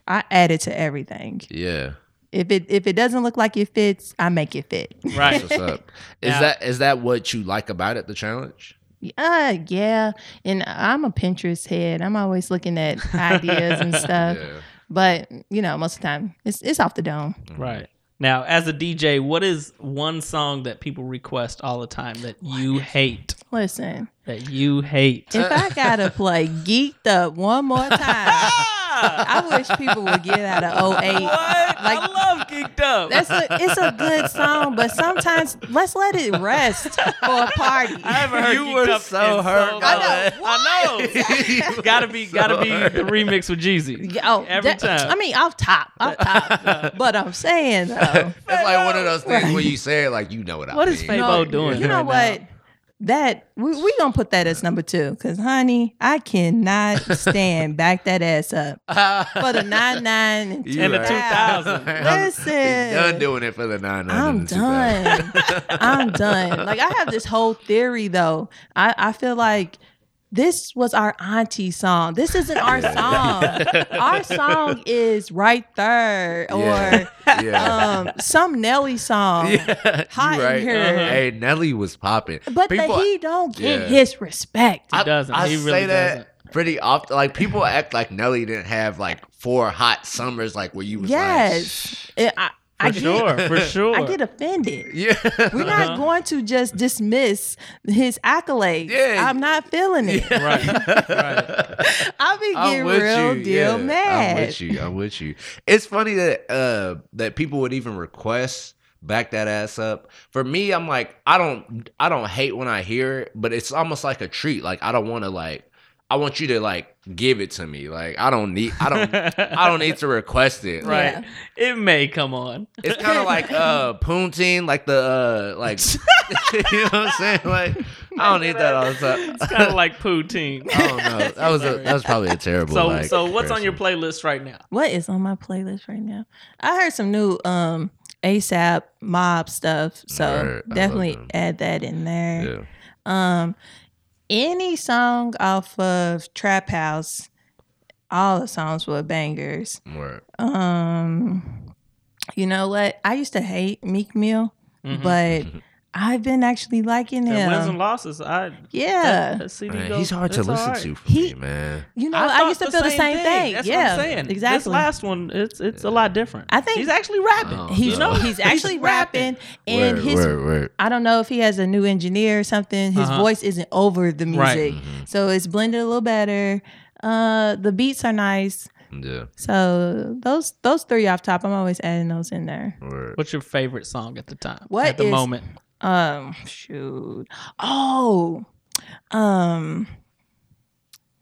Speaker 4: I add it to everything.
Speaker 5: yeah.
Speaker 4: If it if it doesn't look like it fits, I make it fit.
Speaker 2: Right.
Speaker 5: That's what's up. Is
Speaker 2: Now-
Speaker 5: that is that what you like about it, the challenge?
Speaker 4: Uh, yeah. And I'm a Pinterest head. I'm always looking at ideas and stuff.
Speaker 5: Yeah.
Speaker 4: But you know, most of the time it's it's off the dome.
Speaker 5: Mm.
Speaker 2: Right. Now, as a DJ, what is one song that people request all the time that you hate?
Speaker 4: Listen,
Speaker 2: That you hate?
Speaker 4: if I gotta play geeked up one more time, I wish people would get out of 08.
Speaker 2: Ah, I love Geeked Up.
Speaker 4: That's a, it's a good song, but sometimes let's let it rest for a party.
Speaker 2: I haven't heard
Speaker 3: You
Speaker 2: Geeked
Speaker 3: were
Speaker 2: Up
Speaker 3: so
Speaker 2: in
Speaker 3: hurt
Speaker 2: long.
Speaker 3: by
Speaker 4: that.
Speaker 2: I know. gotta be, gotta be the remix with Jeezy.
Speaker 4: Yo,
Speaker 2: Every
Speaker 4: oh, that-
Speaker 2: time.
Speaker 4: I mean, off top, off top. but I'm saying though,
Speaker 5: It's like one of those things where you say it like you know what, I
Speaker 2: What
Speaker 5: mean.
Speaker 2: is Fabo doing?
Speaker 4: you know
Speaker 2: right
Speaker 4: what? That we we gonna put that as number two, cause honey, I cannot stand back that ass up for the nine nine and
Speaker 2: Now? In the
Speaker 5: Right.
Speaker 2: 2000s.
Speaker 5: He's done
Speaker 4: Listen,
Speaker 5: doing it for the nine.
Speaker 4: I'm done. I'm done. Like I have this whole theory though. I I feel like. This was our auntie song. This isn't our song. Our song is right there or
Speaker 5: Yeah. Yeah.
Speaker 4: um some Nelly song. Hot
Speaker 5: right.
Speaker 4: in here.
Speaker 2: Uh-huh.
Speaker 5: Hey, Nelly was popping.
Speaker 4: But that he don't get
Speaker 5: Yeah.
Speaker 4: his respect.
Speaker 5: I,
Speaker 2: doesn't.
Speaker 5: I
Speaker 2: He
Speaker 5: say
Speaker 2: really
Speaker 5: that
Speaker 2: doesn't.
Speaker 5: pretty often. Like people act like Nelly didn't have like four hot summers, like where you was
Speaker 4: yes. It- I, I
Speaker 2: For sure,
Speaker 4: Get,
Speaker 2: for sure.
Speaker 4: I get offended.
Speaker 5: like, yeah, Uh-huh.
Speaker 4: We're not going to just dismiss his accolades.
Speaker 5: Yeah.
Speaker 4: I'm not feeling it.
Speaker 2: right, right.
Speaker 4: I'll be
Speaker 5: I'm
Speaker 4: getting
Speaker 5: with
Speaker 4: real
Speaker 5: you. yeah.
Speaker 4: deal mad.
Speaker 5: I'm with you. I'm with you. It's funny that uh that people would even request back that ass up. For me, I'm like, I don't I don't hate when I hear it, but it's almost like a treat. Like I don't want to like I want you to like give it to me. Like I don't need I don't I don't need to request it. Like,
Speaker 2: Right. It may come on.
Speaker 5: It's kind of like uh Poonteen, like the uh like you know what I'm saying? Like I don't need that all the time.
Speaker 2: It's kind of like poutine.
Speaker 5: I don't know. That was a, that was probably a terrible.
Speaker 2: So,
Speaker 5: like,
Speaker 2: so what's on your
Speaker 5: comparison.
Speaker 2: playlist right now?
Speaker 4: What is on my playlist right now? I heard some new um ASAP mob stuff. So
Speaker 5: Word. I love
Speaker 4: definitely
Speaker 5: them.
Speaker 4: add that in there.
Speaker 5: Yeah.
Speaker 4: Um, any song off of Trap House, all the songs were bangers.
Speaker 5: Word.
Speaker 4: Um, you know what? I used to hate Meek Mill,
Speaker 2: Mm-hmm.
Speaker 4: but
Speaker 5: Mm-hmm.
Speaker 4: I've been actually liking
Speaker 2: The
Speaker 4: him.
Speaker 2: Wins and losses. I
Speaker 4: yeah,
Speaker 2: that CD
Speaker 5: Man,
Speaker 2: goes-
Speaker 5: he's hard to
Speaker 2: it's all
Speaker 5: listen
Speaker 2: right.
Speaker 5: to for
Speaker 4: He-
Speaker 5: me, man.
Speaker 4: you know, I,
Speaker 2: thought
Speaker 4: used to feel the same thing.
Speaker 2: That's
Speaker 4: yeah,
Speaker 2: what I'm saying.
Speaker 4: exactly.
Speaker 2: This last one, it's it's a lot different.
Speaker 4: I think-
Speaker 2: he's actually rapping.
Speaker 5: Oh,
Speaker 4: he's
Speaker 2: you know,
Speaker 4: he's actually rapping, and
Speaker 5: word,
Speaker 4: his
Speaker 5: word, word.
Speaker 4: I don't know if he has a new engineer or something. His
Speaker 2: Uh-huh.
Speaker 4: voice isn't over the
Speaker 2: Right. Mm-hmm.
Speaker 3: Mm-hmm.
Speaker 4: music, so it's blended a little better. Uh, the beats are nice.
Speaker 3: Yeah.
Speaker 4: So those those three off top, I'm always adding those in there.
Speaker 3: Word.
Speaker 2: What's your favorite song at the time?
Speaker 4: What
Speaker 2: at the
Speaker 4: is-
Speaker 2: moment?
Speaker 4: Um, shoot. Oh, um,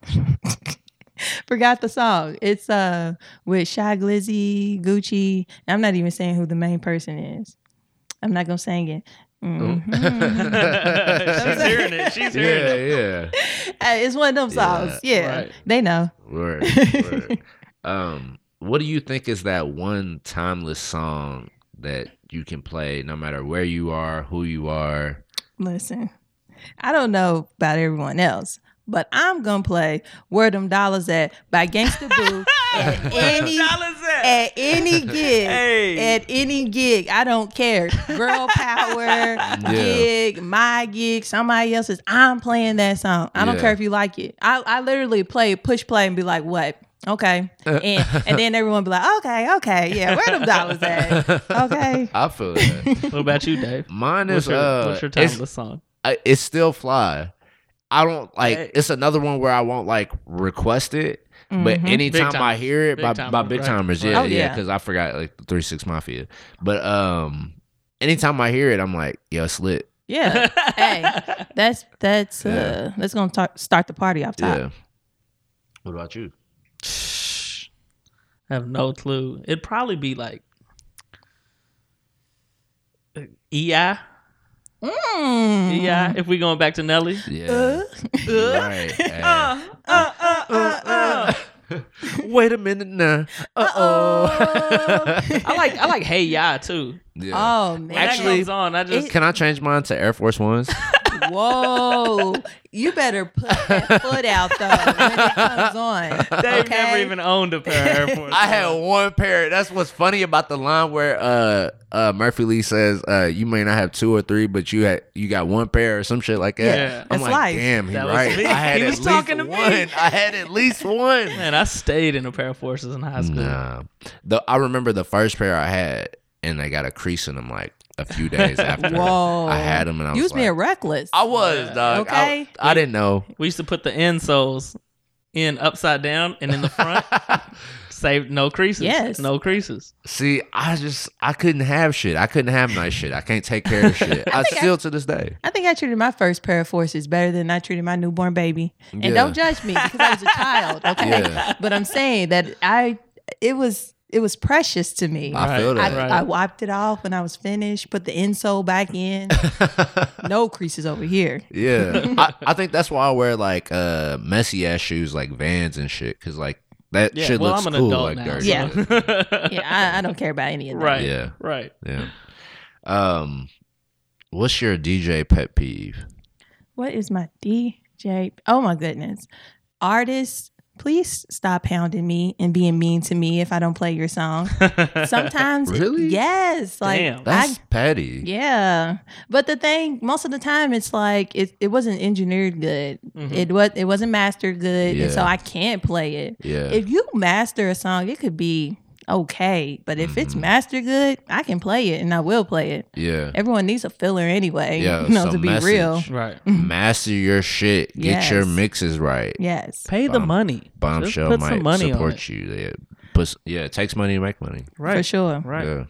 Speaker 4: forgot the song. It's uh with Shy Glizzy, Gucci. I'm not even saying who the main person is. I'm not gonna sing it.
Speaker 2: Oh.
Speaker 4: Mhm.
Speaker 2: She's hearing it. She's hearing
Speaker 3: Yeah,
Speaker 2: Mm-hmm. it.
Speaker 3: yeah.
Speaker 4: Uh, it's one of them songs. Yeah,
Speaker 2: right.
Speaker 4: they know.
Speaker 3: Word. word. um, what do you think is that one timeless song that you can play no matter where you are, who you are?
Speaker 4: Listen, I don't know about everyone else, but I'm gonna play "Where Them Dollars At" by Gangsta Boo at any
Speaker 2: Dollars at?
Speaker 4: at any gig.
Speaker 2: Hey.
Speaker 4: At any gig, I don't care. Girl power gig, my gig, somebody else's. I'm playing that song. I don't
Speaker 3: Yeah.
Speaker 4: care if you like it. I, I literally play push play and be like, what? Okay. And and then everyone be like, okay, okay, yeah, where them dollars at? Okay.
Speaker 3: I feel that.
Speaker 2: What about you, Dave?
Speaker 3: Mine
Speaker 2: Um, What's
Speaker 3: is
Speaker 2: your,
Speaker 3: uh,
Speaker 2: what's your
Speaker 3: it's-
Speaker 2: timeless song?
Speaker 3: I, it's still fly. I don't like.
Speaker 2: Hey.
Speaker 3: It's another one where I won't like request it, but
Speaker 4: Mhm.
Speaker 3: anytime I
Speaker 2: timers.
Speaker 3: hear it
Speaker 2: Big
Speaker 3: by by
Speaker 2: timers,
Speaker 3: big
Speaker 2: right.
Speaker 3: timers, yeah,
Speaker 4: Oh,
Speaker 3: Mm-hmm. yeah,
Speaker 4: yeah.
Speaker 3: because I forgot like the Three Six Mafia. But um, anytime I hear it, I'm like, yo, it's lit.
Speaker 4: Yeah. hey, that's that's uh that's gonna tar- start the party off top.
Speaker 3: Yeah. What about you?
Speaker 2: I have no clue. It'd probably be like uh, EI.
Speaker 4: Mm.
Speaker 2: EI, E if we going back to Nelly.
Speaker 3: Yeah. right. hey. Wait a minute now. Uh oh.
Speaker 2: I like I like Hey Ya too.
Speaker 3: yeah.
Speaker 4: Oh man!
Speaker 2: When
Speaker 3: Actually,
Speaker 2: that comes on, I just
Speaker 3: Can I change mine to Air Force Ones?
Speaker 4: whoa! You better put that foot out though when it comes on.
Speaker 2: Dave
Speaker 4: okay?
Speaker 2: never even owned a pair of Air Force.
Speaker 3: I had one pair. That's what's funny about the line where uh uh Murphy Lee says, uh, you may not have two or three, but you had you got one pair or some shit like that.
Speaker 2: Yeah.
Speaker 3: I'm
Speaker 4: That's
Speaker 3: like,
Speaker 4: life.
Speaker 3: damn, he
Speaker 2: That was
Speaker 3: right.
Speaker 2: me.
Speaker 3: I had
Speaker 2: He
Speaker 3: at
Speaker 2: was
Speaker 3: least
Speaker 2: talking to me.
Speaker 3: one. I had at least one.
Speaker 2: Man, I stayed in a pair of forces in high school.
Speaker 3: Nah. The I remember the first pair I had and they got a crease in them like a few days after.
Speaker 4: Whoa!
Speaker 3: I had them and I
Speaker 4: You
Speaker 3: was
Speaker 4: was
Speaker 3: like,
Speaker 4: being reckless.
Speaker 3: I was, dog.
Speaker 4: Okay.
Speaker 3: I, I didn't know.
Speaker 2: We used to put the insoles in upside down and in the front, save no creases.
Speaker 4: Yes.
Speaker 2: no creases.
Speaker 3: See, I just I couldn't have shit. I couldn't have nice shit. I can't take care of shit. I,
Speaker 4: think I-
Speaker 3: still to this day.
Speaker 4: I think I treated my first pair of forces better than I treated my newborn baby. And
Speaker 3: Yeah.
Speaker 4: don't judge me because I was a child, okay?
Speaker 3: Yeah.
Speaker 4: But I'm saying that I it was it was precious to me.
Speaker 3: I feel
Speaker 4: I,
Speaker 3: that.
Speaker 2: Right.
Speaker 4: I wiped it off when I was finished, put the insole back in. no creases over here.
Speaker 3: Yeah. I, I think that's why I wear like uh messy ass shoes like Vans and shit cuz like that
Speaker 2: Yeah,
Speaker 3: shit
Speaker 2: well,
Speaker 3: looks
Speaker 2: I'm an
Speaker 3: cool
Speaker 2: adult
Speaker 3: like
Speaker 2: now,
Speaker 3: dirty.
Speaker 4: Yeah.
Speaker 3: shit.
Speaker 4: Yeah, I, I don't care about any of that.
Speaker 2: Right,
Speaker 3: Yeah.
Speaker 2: right.
Speaker 3: Yeah. Um what's your DJ pet peeve?
Speaker 4: What is my DJ? Oh my goodness. Artists, please stop hounding me and being mean to me if I don't play your song. Sometimes
Speaker 3: Really?
Speaker 4: yes. Like
Speaker 2: Damn.
Speaker 3: That's
Speaker 4: I
Speaker 3: petty.
Speaker 4: yeah. But the thing, most of the time it's like it, it wasn't engineered good.
Speaker 2: Mm-hmm.
Speaker 4: It was it wasn't mastered good. And so
Speaker 3: Yeah.
Speaker 4: I can't play it.
Speaker 3: Yeah.
Speaker 4: If you master a song, it could be okay. But if it's mastered good, I can play it and I will play it.
Speaker 3: Mm-hmm. yeah.
Speaker 4: Everyone needs a filler anyway.
Speaker 3: Yeah,
Speaker 4: you know,
Speaker 3: so
Speaker 4: to be
Speaker 3: message.
Speaker 4: real.
Speaker 2: Right.
Speaker 3: Master your shit. Get your
Speaker 4: Yes.
Speaker 3: mixes right.
Speaker 4: Yes.
Speaker 2: Pay the
Speaker 3: Bomb-
Speaker 2: money. Just
Speaker 3: Bombshell
Speaker 2: put
Speaker 3: might
Speaker 2: some money
Speaker 3: support
Speaker 2: on it.
Speaker 3: you. Yeah. Put, yeah, it takes money to make money.
Speaker 2: Right.
Speaker 4: For sure.
Speaker 2: Right.
Speaker 3: Yeah.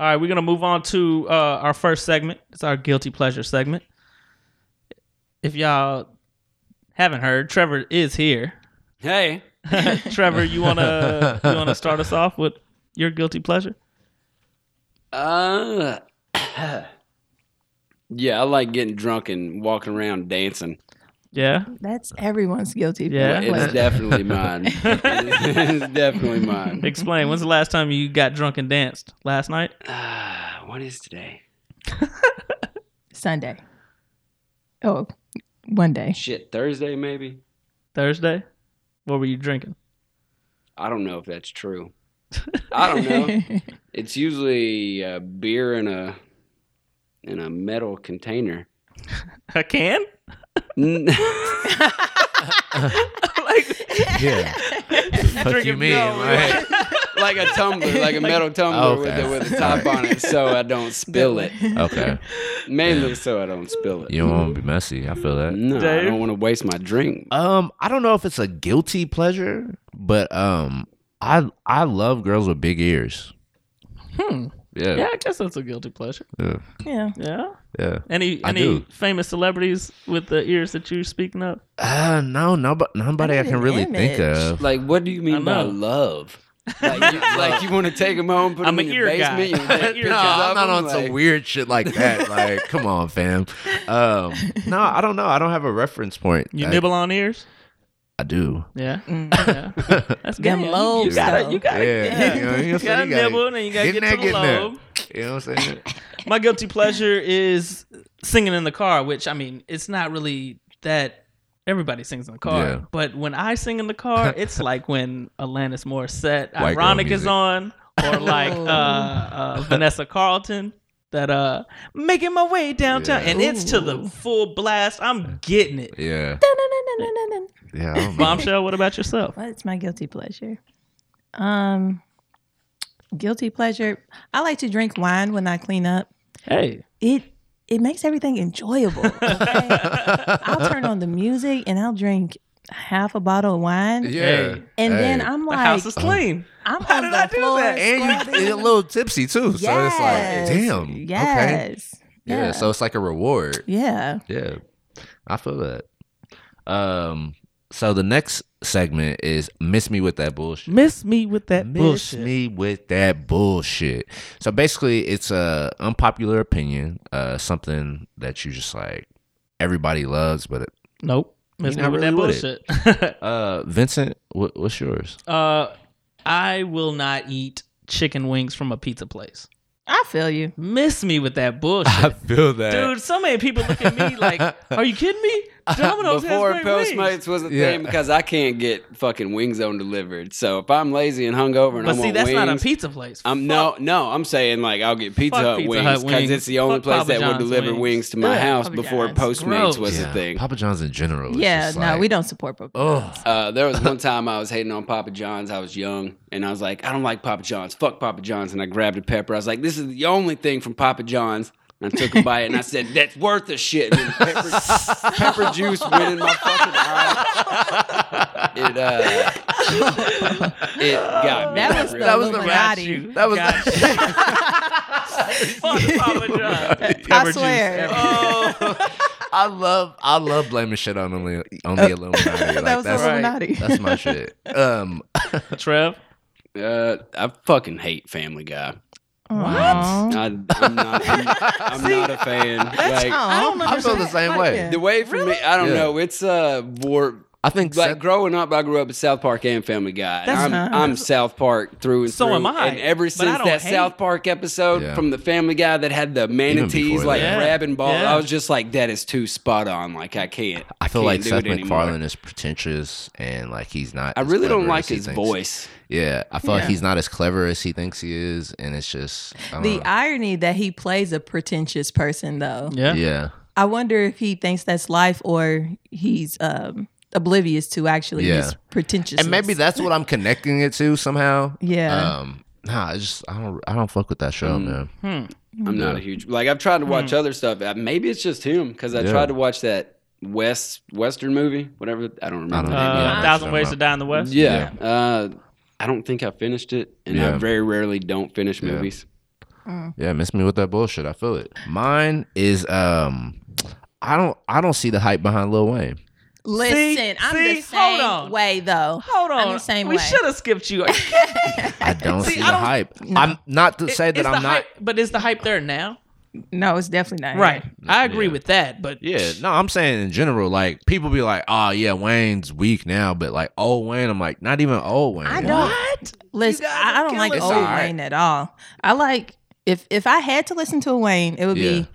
Speaker 2: All right, we're gonna move on to uh, our first segment. It's our guilty pleasure segment. If y'all haven't heard, Trevor is here.
Speaker 1: Hey,
Speaker 2: Trevor, you wanna you wanna start us off with your guilty pleasure?
Speaker 1: uh, yeah, I like getting drunk and walking around dancing.
Speaker 2: Yeah.
Speaker 4: That's everyone's guilty.
Speaker 2: Yeah.
Speaker 4: pleasure.
Speaker 1: It's definitely mine. it's definitely mine.
Speaker 2: Explain. When's the last time you got drunk and danced? Last night?
Speaker 1: Ah, what is today?
Speaker 4: Sunday. Oh, one day.
Speaker 1: Shit, Thursday maybe.
Speaker 2: Thursday? What were you drinking?
Speaker 1: I don't know if that's true. I don't know. It's usually a beer in a in a metal container.
Speaker 2: A can?
Speaker 1: N-
Speaker 2: like
Speaker 3: Yeah. Fuck you
Speaker 2: drinking
Speaker 3: mean?
Speaker 2: no,
Speaker 3: like,
Speaker 1: like a tumbler, like a metal tumbler
Speaker 3: Okay.
Speaker 1: with, a, with a top on it, so I don't spill it.
Speaker 3: Okay.
Speaker 1: Mainly so I don't spill it.
Speaker 3: You don't want to be messy. I feel that.
Speaker 1: No, I
Speaker 2: Dave?
Speaker 1: don't want to waste my drink.
Speaker 3: Um, I don't know if it's a guilty pleasure, but um, I I love girls with big ears.
Speaker 2: Hmm.
Speaker 3: Yeah,
Speaker 2: Yeah,
Speaker 3: yeah,
Speaker 2: I guess that's a guilty pleasure.
Speaker 3: yeah.
Speaker 4: Yeah.
Speaker 2: Yeah. Any
Speaker 3: I
Speaker 2: any
Speaker 3: do.
Speaker 2: famous celebrities with the ears that you're speaking of?
Speaker 3: Uh, no, nobody, nobody I
Speaker 4: need
Speaker 3: can
Speaker 4: an
Speaker 3: really think
Speaker 4: image.
Speaker 3: of.
Speaker 1: Like, what do you mean by
Speaker 2: know.
Speaker 1: love? Like, you, like you want to take them home, put
Speaker 2: I'm
Speaker 1: them in
Speaker 2: an
Speaker 1: your
Speaker 2: ear guy.
Speaker 1: basement?
Speaker 2: I'm an
Speaker 1: You
Speaker 2: ear
Speaker 1: no,
Speaker 3: No,
Speaker 2: guy.
Speaker 3: I'm not on
Speaker 1: like,
Speaker 3: some weird shit like that. Like, come on, fam. Um, no, I don't know. I don't have a reference point.
Speaker 2: You
Speaker 3: I,
Speaker 2: nibble on ears?
Speaker 3: I do.
Speaker 2: yeah.
Speaker 4: Mm.
Speaker 2: yeah. That's
Speaker 4: Them
Speaker 2: good. You- You
Speaker 4: lobes,
Speaker 2: gotta,
Speaker 4: though.
Speaker 2: you gotta,
Speaker 3: Yeah, you know, you
Speaker 2: you
Speaker 3: gotta-
Speaker 2: gotta
Speaker 3: you gotta
Speaker 2: nibble and then you gotta
Speaker 3: get
Speaker 2: get, to
Speaker 3: in there,
Speaker 2: the
Speaker 3: get in there.
Speaker 2: lobe.
Speaker 3: You know what I'm saying?
Speaker 2: My guilty pleasure is singing in the car, which I mean, it's not really that everybody sings in the car.
Speaker 3: Yeah.
Speaker 2: But when I sing in the car, it's like when Alanis Morissette,
Speaker 3: White girl
Speaker 2: Ironic is
Speaker 3: music.
Speaker 2: on, or like uh,
Speaker 4: Oh.
Speaker 2: uh, Vanessa Carlton. That uh, making my way downtown,
Speaker 3: Yeah.
Speaker 2: and it's to the full blast. I'm getting it.
Speaker 3: Yeah,
Speaker 4: Dun-dun-dun-dun-dun-dun.
Speaker 3: yeah. I don't know.
Speaker 2: Bombshell, what about yourself?
Speaker 4: What's my guilty pleasure? Um, guilty pleasure. I like to drink wine when I clean up.
Speaker 2: Hey,
Speaker 4: It it makes everything enjoyable. okay? I'll turn on the music and I'll drink half a bottle of wine,
Speaker 3: Yeah,
Speaker 2: Hey.
Speaker 4: and then
Speaker 3: Hey.
Speaker 4: I'm
Speaker 2: the
Speaker 4: like,
Speaker 2: house is clean.
Speaker 4: I'm
Speaker 2: How
Speaker 4: on
Speaker 2: did
Speaker 4: the
Speaker 2: I do
Speaker 4: floor
Speaker 2: that?
Speaker 3: and you
Speaker 4: scrubbing.
Speaker 3: you're a little tipsy too. So it's
Speaker 4: Yes.
Speaker 3: like, damn. Okay.
Speaker 4: Yes.
Speaker 3: Yeah.
Speaker 4: Yeah.
Speaker 3: So it's like a reward.
Speaker 4: Yeah.
Speaker 3: Yeah. I feel that. Um. So the next segment is miss me with that bullshit.
Speaker 2: um, Miss me with that
Speaker 3: miss
Speaker 2: bullshit.
Speaker 3: me with that bullshit. So basically, it's a unpopular opinion, uh, something that you just like everybody loves. But
Speaker 2: Nope. Miss me
Speaker 3: You're not
Speaker 2: with that
Speaker 3: really
Speaker 2: bullshit.
Speaker 3: uh, Vincent, what, what's yours?
Speaker 2: uh, I will not eat chicken wings from a pizza place.
Speaker 4: I feel you.
Speaker 2: Miss me with that bullshit.
Speaker 3: feel that,
Speaker 2: Dude, so many people look at me like, are you kidding me? Domino's
Speaker 1: Before
Speaker 2: has great
Speaker 1: Postmates
Speaker 2: wings.
Speaker 1: was a
Speaker 3: Yeah.
Speaker 1: thing because I can't get fucking wings on delivered. So if I'm lazy and hungover and I
Speaker 2: But see,
Speaker 1: want
Speaker 2: that's
Speaker 1: wings,
Speaker 2: not a pizza place.
Speaker 1: I'm
Speaker 2: Fuck.
Speaker 1: no, no. I'm saying like I'll get Pizza
Speaker 2: Fuck
Speaker 1: Hut
Speaker 2: Pizza
Speaker 1: wings
Speaker 2: Hut
Speaker 1: because
Speaker 2: wings.
Speaker 1: it's the only
Speaker 2: Fuck
Speaker 1: place
Speaker 2: Papa
Speaker 1: that
Speaker 2: John's
Speaker 1: will deliver wings,
Speaker 2: wings.
Speaker 1: to my
Speaker 2: Ugh,
Speaker 1: house
Speaker 2: Papa
Speaker 1: before
Speaker 2: John's.
Speaker 1: Postmates
Speaker 2: Gross.
Speaker 1: was
Speaker 3: Yeah,
Speaker 1: a thing.
Speaker 3: Papa John's in general. is
Speaker 4: Yeah.
Speaker 3: just
Speaker 4: No,
Speaker 3: like-
Speaker 4: we don't support Papa
Speaker 3: Oh,
Speaker 1: Uh, there was one time I was hating on Papa John's. I was young, and I was like, I don't like Papa John's. Fuck Papa John's. And I grabbed a pepper. I was like, this is the only thing from Papa John's. And I took a bite, and I said, that's worth the shit. And pepper, pepper juice went in my fucking eye. It, uh, it got me.
Speaker 4: That was the
Speaker 1: real bad.
Speaker 4: that was the
Speaker 2: Got
Speaker 4: Illuminati.
Speaker 2: you.
Speaker 3: that was
Speaker 2: Got you. Fuck Papa John's.
Speaker 4: I swear.
Speaker 3: Oh, I love I love blaming shit on the on the Illuminati. Like,
Speaker 4: Uh, that was
Speaker 3: that's,
Speaker 4: Illuminati.
Speaker 3: that's my shit. Um,
Speaker 2: Trev,
Speaker 1: Uh, I fucking hate Family Guy.
Speaker 4: Aw.
Speaker 1: I, I'm not. I'm, I'm not a fan. Like
Speaker 4: I don't
Speaker 3: I feel the
Speaker 4: understand.
Speaker 3: same
Speaker 4: Like,
Speaker 3: way.
Speaker 4: yeah.
Speaker 1: the way for me, I don't
Speaker 3: Yeah.
Speaker 1: know. It's uh, warped.
Speaker 3: I think
Speaker 1: like
Speaker 3: Seth-
Speaker 1: growing up, I grew up with South Park and Family Guy. And
Speaker 4: That's
Speaker 1: I'm,
Speaker 4: not-
Speaker 1: I'm South Park through and
Speaker 2: So
Speaker 1: through.
Speaker 2: am I,
Speaker 1: And ever
Speaker 2: but I
Speaker 1: since
Speaker 2: don't
Speaker 1: that
Speaker 2: hate-
Speaker 1: South Park episode
Speaker 3: Yeah.
Speaker 1: from the Family Guy that had the
Speaker 3: before
Speaker 1: manatees
Speaker 3: that.
Speaker 1: like
Speaker 2: Yeah.
Speaker 1: grabbing ball,
Speaker 2: Yeah.
Speaker 1: I was just like, that is too spot on. Like I can't.
Speaker 3: I feel
Speaker 1: can't
Speaker 3: like
Speaker 1: do
Speaker 3: Seth
Speaker 1: it anymore.
Speaker 3: McFarlane is pretentious and like he's not.
Speaker 1: I
Speaker 3: as
Speaker 1: really don't
Speaker 3: clever
Speaker 1: like
Speaker 3: as he
Speaker 1: his
Speaker 3: thinks.
Speaker 1: voice.
Speaker 3: Yeah, I feel like
Speaker 4: Yeah.
Speaker 3: he's not as clever as he thinks he is, and it's just I
Speaker 4: The
Speaker 3: don't know.
Speaker 4: irony that he plays a pretentious person, though.
Speaker 2: yeah,
Speaker 3: yeah,
Speaker 4: I wonder if he thinks that's life or he's um, oblivious to actually
Speaker 3: Yeah.
Speaker 4: his pretentious.
Speaker 3: and maybe that's what I'm connecting it to somehow.
Speaker 4: Yeah.
Speaker 3: Um, nah, I just I don't I don't fuck with that show,
Speaker 1: Mm.
Speaker 3: man.
Speaker 1: I'm not a huge like. I've tried to watch other stuff. Uh, Maybe it's just him because I
Speaker 3: Yeah.
Speaker 1: tried to watch that West Western movie, whatever. I don't remember.
Speaker 3: don't
Speaker 1: the
Speaker 2: Uh,
Speaker 1: name of it.
Speaker 3: Yeah.
Speaker 2: Thousand Ways to Die in the West.
Speaker 1: Yeah. Uh, I don't think I finished it, and I
Speaker 3: Yeah.
Speaker 1: very rarely don't finish movies.
Speaker 3: Yeah, miss me with that bullshit. I feel it. Mine is um, I don't I don't see the hype behind Lil Wayne.
Speaker 4: Listen,
Speaker 2: See?
Speaker 4: I'm
Speaker 2: See?
Speaker 4: the
Speaker 2: Hold
Speaker 4: same
Speaker 2: on.
Speaker 4: way though.
Speaker 2: Hold on,
Speaker 4: I'm the same
Speaker 2: we
Speaker 4: way.
Speaker 2: should have skipped you.
Speaker 3: I don't see,
Speaker 2: See,
Speaker 3: the
Speaker 2: I don't-
Speaker 3: hype. I'm not to say
Speaker 2: It's
Speaker 3: that
Speaker 2: the
Speaker 3: I'm not.
Speaker 2: hype- but is the hype there now?
Speaker 4: No, it's definitely not.
Speaker 2: Right, I agree
Speaker 3: Yeah.
Speaker 2: with that. But
Speaker 3: Yeah, no, I'm saying in general, like people be like, "Oh yeah, Wayne's weak now," but like old Wayne, I'm like, not even old Wayne.
Speaker 4: I
Speaker 3: I'm
Speaker 4: don't.
Speaker 3: like,
Speaker 4: Listen,
Speaker 2: guys
Speaker 4: I I
Speaker 2: are
Speaker 4: don't like
Speaker 2: killing
Speaker 4: old
Speaker 3: me. It's all right.
Speaker 4: Wayne at all. I like if if I had to listen to a Wayne, it would
Speaker 3: Yeah.
Speaker 4: be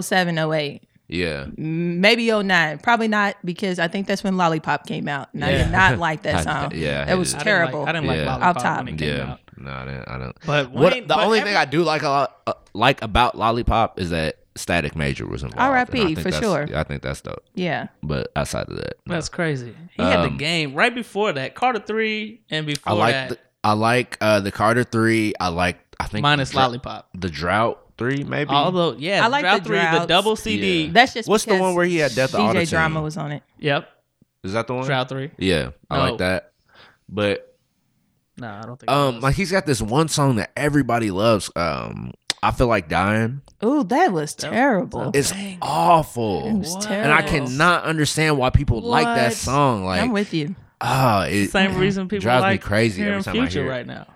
Speaker 4: 07, 08,
Speaker 3: Yeah,
Speaker 4: maybe 09. Probably not because I think that's when Lollipop came out, and I
Speaker 2: Yeah.
Speaker 4: did not like
Speaker 3: I-
Speaker 4: that song.
Speaker 3: yeah, I
Speaker 4: it
Speaker 3: hated
Speaker 4: was
Speaker 3: it.
Speaker 2: I didn't like-
Speaker 4: terrible.
Speaker 2: I didn't like,
Speaker 3: Yeah.
Speaker 2: Lollipop
Speaker 4: Off top.
Speaker 2: when it came
Speaker 3: yeah.
Speaker 2: out.
Speaker 3: No, I didn't. I don't.
Speaker 2: But
Speaker 3: What,
Speaker 2: Wayne-
Speaker 3: the
Speaker 2: but
Speaker 3: only
Speaker 2: every-
Speaker 3: thing I do like a lot, uh, like about Lollipop is that Static Major was involved. and I
Speaker 4: R.I.P.,
Speaker 3: think
Speaker 4: for
Speaker 3: that's-
Speaker 4: sure.
Speaker 3: I think that's dope.
Speaker 4: yeah,
Speaker 3: But outside of that, no.
Speaker 2: That's crazy. He had the
Speaker 3: Um,
Speaker 2: game right before that, Carter three, and before
Speaker 3: I like
Speaker 2: that,
Speaker 3: the, I like uh the Carter three. I like I think
Speaker 2: Minus
Speaker 3: the, Dra-
Speaker 2: Lollipop.
Speaker 3: the drought three maybe.
Speaker 2: Although, yeah,
Speaker 4: I like
Speaker 2: Drought
Speaker 4: the
Speaker 2: Three, the
Speaker 4: Droughts.
Speaker 2: double CD.
Speaker 3: Yeah.
Speaker 4: That's just
Speaker 3: Mm. What's the
Speaker 4: because
Speaker 3: one where he had death of
Speaker 4: DJ
Speaker 3: autotune?
Speaker 4: Drama was on it.
Speaker 2: Yep,
Speaker 3: Is that the one?
Speaker 2: Drought Oh. Three.
Speaker 3: Yeah, I
Speaker 2: No.
Speaker 3: like that. But
Speaker 2: No, I don't think.
Speaker 3: um,
Speaker 2: it was.
Speaker 3: like he's got this one song that everybody loves. Um, I feel like dying.
Speaker 4: Ooh, that was
Speaker 2: That-
Speaker 4: terrible.
Speaker 2: that-
Speaker 3: It's awful.
Speaker 4: It was
Speaker 3: and I
Speaker 4: terrible.
Speaker 3: cannot understand why people like that
Speaker 4: What?
Speaker 3: song. Like,
Speaker 4: I'm with you.
Speaker 3: oh, it
Speaker 2: same reason people
Speaker 3: drives
Speaker 2: like
Speaker 3: me crazy every
Speaker 2: hearing
Speaker 3: time I
Speaker 2: Future
Speaker 3: hear it.
Speaker 2: right now.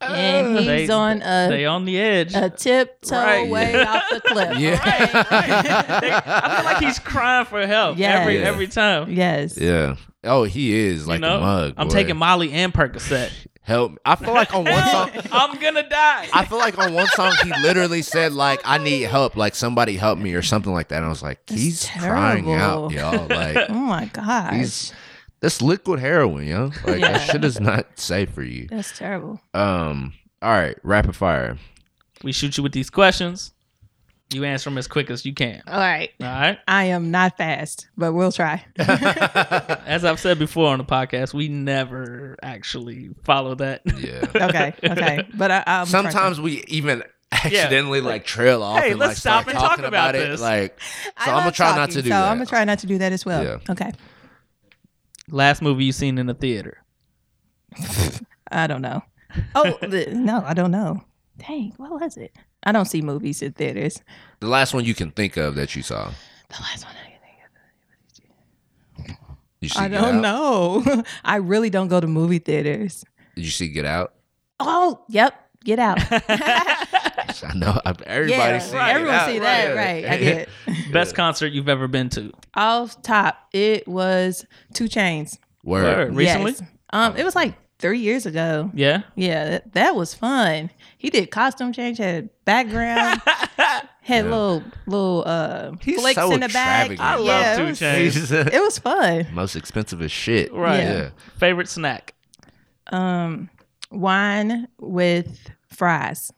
Speaker 4: Uh, And he's
Speaker 2: They-
Speaker 4: on
Speaker 2: they
Speaker 4: a,
Speaker 2: on the edge.
Speaker 4: a tiptoe
Speaker 2: Right.
Speaker 4: way off the cliff.
Speaker 2: They- I feel like he's crying for help
Speaker 4: Yes.
Speaker 2: every
Speaker 3: Yeah.
Speaker 2: every time. You
Speaker 4: Yes.
Speaker 3: Yeah. Oh, he is like
Speaker 2: know?
Speaker 3: a mug.
Speaker 2: I'm
Speaker 3: boy.
Speaker 2: taking Molly and Percocet.
Speaker 3: help. Me. I feel like on one song,
Speaker 2: I'm gonna die.
Speaker 3: I feel like on one song he literally said like I need help, like somebody help me or something like that. And I was like,
Speaker 4: That's
Speaker 3: he's crying out,
Speaker 4: terrible.
Speaker 3: y'all. Like
Speaker 4: Oh my gosh.
Speaker 3: he's that's liquid heroin, yo. Like
Speaker 4: Yeah.
Speaker 3: that shit is not safe for you.
Speaker 4: That's terrible.
Speaker 3: Um. All right, rapid fire.
Speaker 2: we shoot you with these questions. You answer them as quick as you can.
Speaker 4: All right.
Speaker 2: All right.
Speaker 4: I am not fast, but we'll try.
Speaker 2: As I've said before on the podcast, we never actually follow that.
Speaker 3: Yeah.
Speaker 4: okay. Okay. But I, I'm
Speaker 3: Sometimes we even accidentally
Speaker 2: Yeah.
Speaker 3: like trail off.
Speaker 2: Hey,
Speaker 3: and,
Speaker 2: let's
Speaker 3: like,
Speaker 2: stop
Speaker 3: start
Speaker 2: and
Speaker 3: talking
Speaker 2: talk about
Speaker 3: it.
Speaker 2: this.
Speaker 3: Like, so I'm gonna try not to do
Speaker 4: so
Speaker 3: that.
Speaker 4: I'm gonna try not to do that as well.
Speaker 3: Yeah.
Speaker 4: Okay.
Speaker 2: Last movie you seen in the theater.
Speaker 4: I don't know. Oh the, no, I don't know. Dang, what was it? I don't see movies in theaters.
Speaker 3: the last one you can think of that you saw.
Speaker 4: The last one I can think of.
Speaker 3: You see
Speaker 4: I
Speaker 3: Get
Speaker 4: don't
Speaker 3: Out?
Speaker 4: know. I really don't go to movie theaters.
Speaker 3: Did you see Get Out?
Speaker 4: Oh, yep. Get out.
Speaker 3: I know. I-
Speaker 4: yeah,
Speaker 3: Everybody seen Get
Speaker 4: everyone
Speaker 3: Out.
Speaker 4: see that,
Speaker 3: Yeah.
Speaker 4: right? I did.
Speaker 2: Best concert you've ever been to.
Speaker 4: Off top, it was Two Chains.
Speaker 3: Word.
Speaker 2: Word. Recently?
Speaker 4: Yes. Um, it was like three years ago.
Speaker 2: Yeah.
Speaker 4: Yeah, that, that was fun. He did costume change, had background, had little little uh
Speaker 3: He's
Speaker 4: flicks
Speaker 3: so
Speaker 4: in the back.
Speaker 3: extravagant. I love
Speaker 4: yeah,
Speaker 2: Two
Speaker 4: it was,
Speaker 2: Chainz.
Speaker 3: He's, uh,
Speaker 4: It was fun.
Speaker 3: most expensive as shit.
Speaker 2: Right.
Speaker 4: Yeah.
Speaker 3: Yeah.
Speaker 2: Favorite snack.
Speaker 4: Um, wine with fries.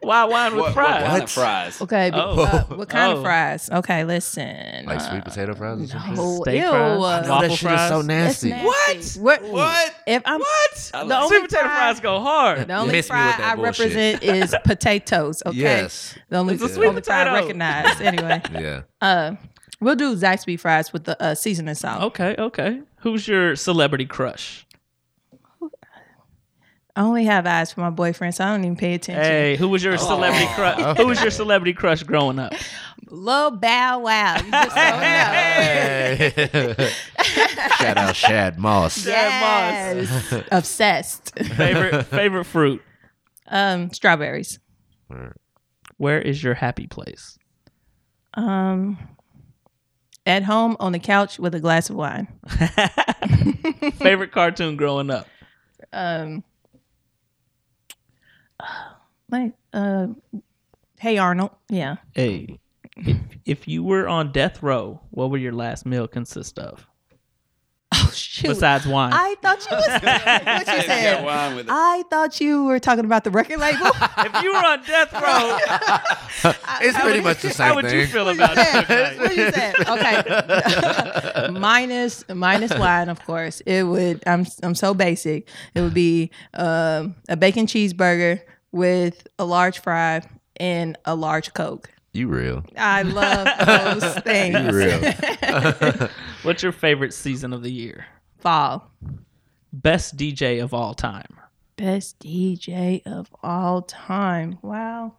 Speaker 2: Why wine with fries?
Speaker 3: what?
Speaker 1: fries.
Speaker 4: Okay, but,
Speaker 2: Oh.
Speaker 4: uh, what kind
Speaker 2: Oh.
Speaker 4: of fries? Okay, listen.
Speaker 3: Like
Speaker 4: uh,
Speaker 3: sweet potato fries or some shit.
Speaker 4: no.
Speaker 2: Steak
Speaker 4: Ew.
Speaker 2: fries?
Speaker 4: That
Speaker 3: Oh,
Speaker 2: Waffle
Speaker 3: that shit
Speaker 2: fries?
Speaker 3: is so
Speaker 4: that's
Speaker 3: nasty.
Speaker 4: nasty. What?
Speaker 3: What?
Speaker 4: If I'm what? The
Speaker 1: like-
Speaker 4: only
Speaker 2: Sweet potato
Speaker 4: fry-
Speaker 2: fries go hard.
Speaker 4: The only
Speaker 3: Miss me with
Speaker 4: fry
Speaker 3: that
Speaker 4: I
Speaker 3: bullshit.
Speaker 4: represent is potatoes. Okay.
Speaker 3: Yes.
Speaker 4: The only,
Speaker 2: It's a sweet
Speaker 4: only fry I
Speaker 2: potato.
Speaker 4: recognize. Anyway,
Speaker 3: Yeah.
Speaker 4: uh, we'll do Zaxby fries with the uh, seasoning salt.
Speaker 2: Okay, okay. Who's your celebrity crush?
Speaker 4: I only have eyes for my boyfriend, so I don't even pay attention.
Speaker 2: Hey, who was your celebrity crush? Who was your celebrity crush growing up?
Speaker 4: Lil Bow Wow. You just don't know.
Speaker 3: Shout out Shad Moss.
Speaker 2: Dad
Speaker 4: Yes. Obsessed.
Speaker 2: Favorite favorite fruit.
Speaker 4: Um, strawberries.
Speaker 2: Where is your happy place?
Speaker 4: Um, at home on the couch with a glass of wine.
Speaker 2: Favorite cartoon growing up.
Speaker 4: Um, like, uh, hey Arnold. Yeah.
Speaker 2: Hey, if, if you were on death row, what would your last meal consist of
Speaker 4: Oh shoot.
Speaker 2: besides wine?
Speaker 4: I thought you was what you
Speaker 1: Got
Speaker 4: said.
Speaker 1: wine with it.
Speaker 4: I thought you were talking about the record label.
Speaker 2: if you were on death row,
Speaker 3: It's pretty much the
Speaker 2: how
Speaker 3: same
Speaker 2: would you
Speaker 3: thing.
Speaker 2: feel about it?
Speaker 4: That's what you said. Okay. minus minus wine, of course. It would. I'm I'm so basic. It would be um, a bacon cheeseburger with a large fry and a large coke.
Speaker 3: You real.
Speaker 4: I love those
Speaker 3: You
Speaker 4: things.
Speaker 3: real.
Speaker 2: What's your favorite season of the year?
Speaker 4: Fall.
Speaker 2: Best DJ of all time.
Speaker 4: Best DJ of all time. Wow.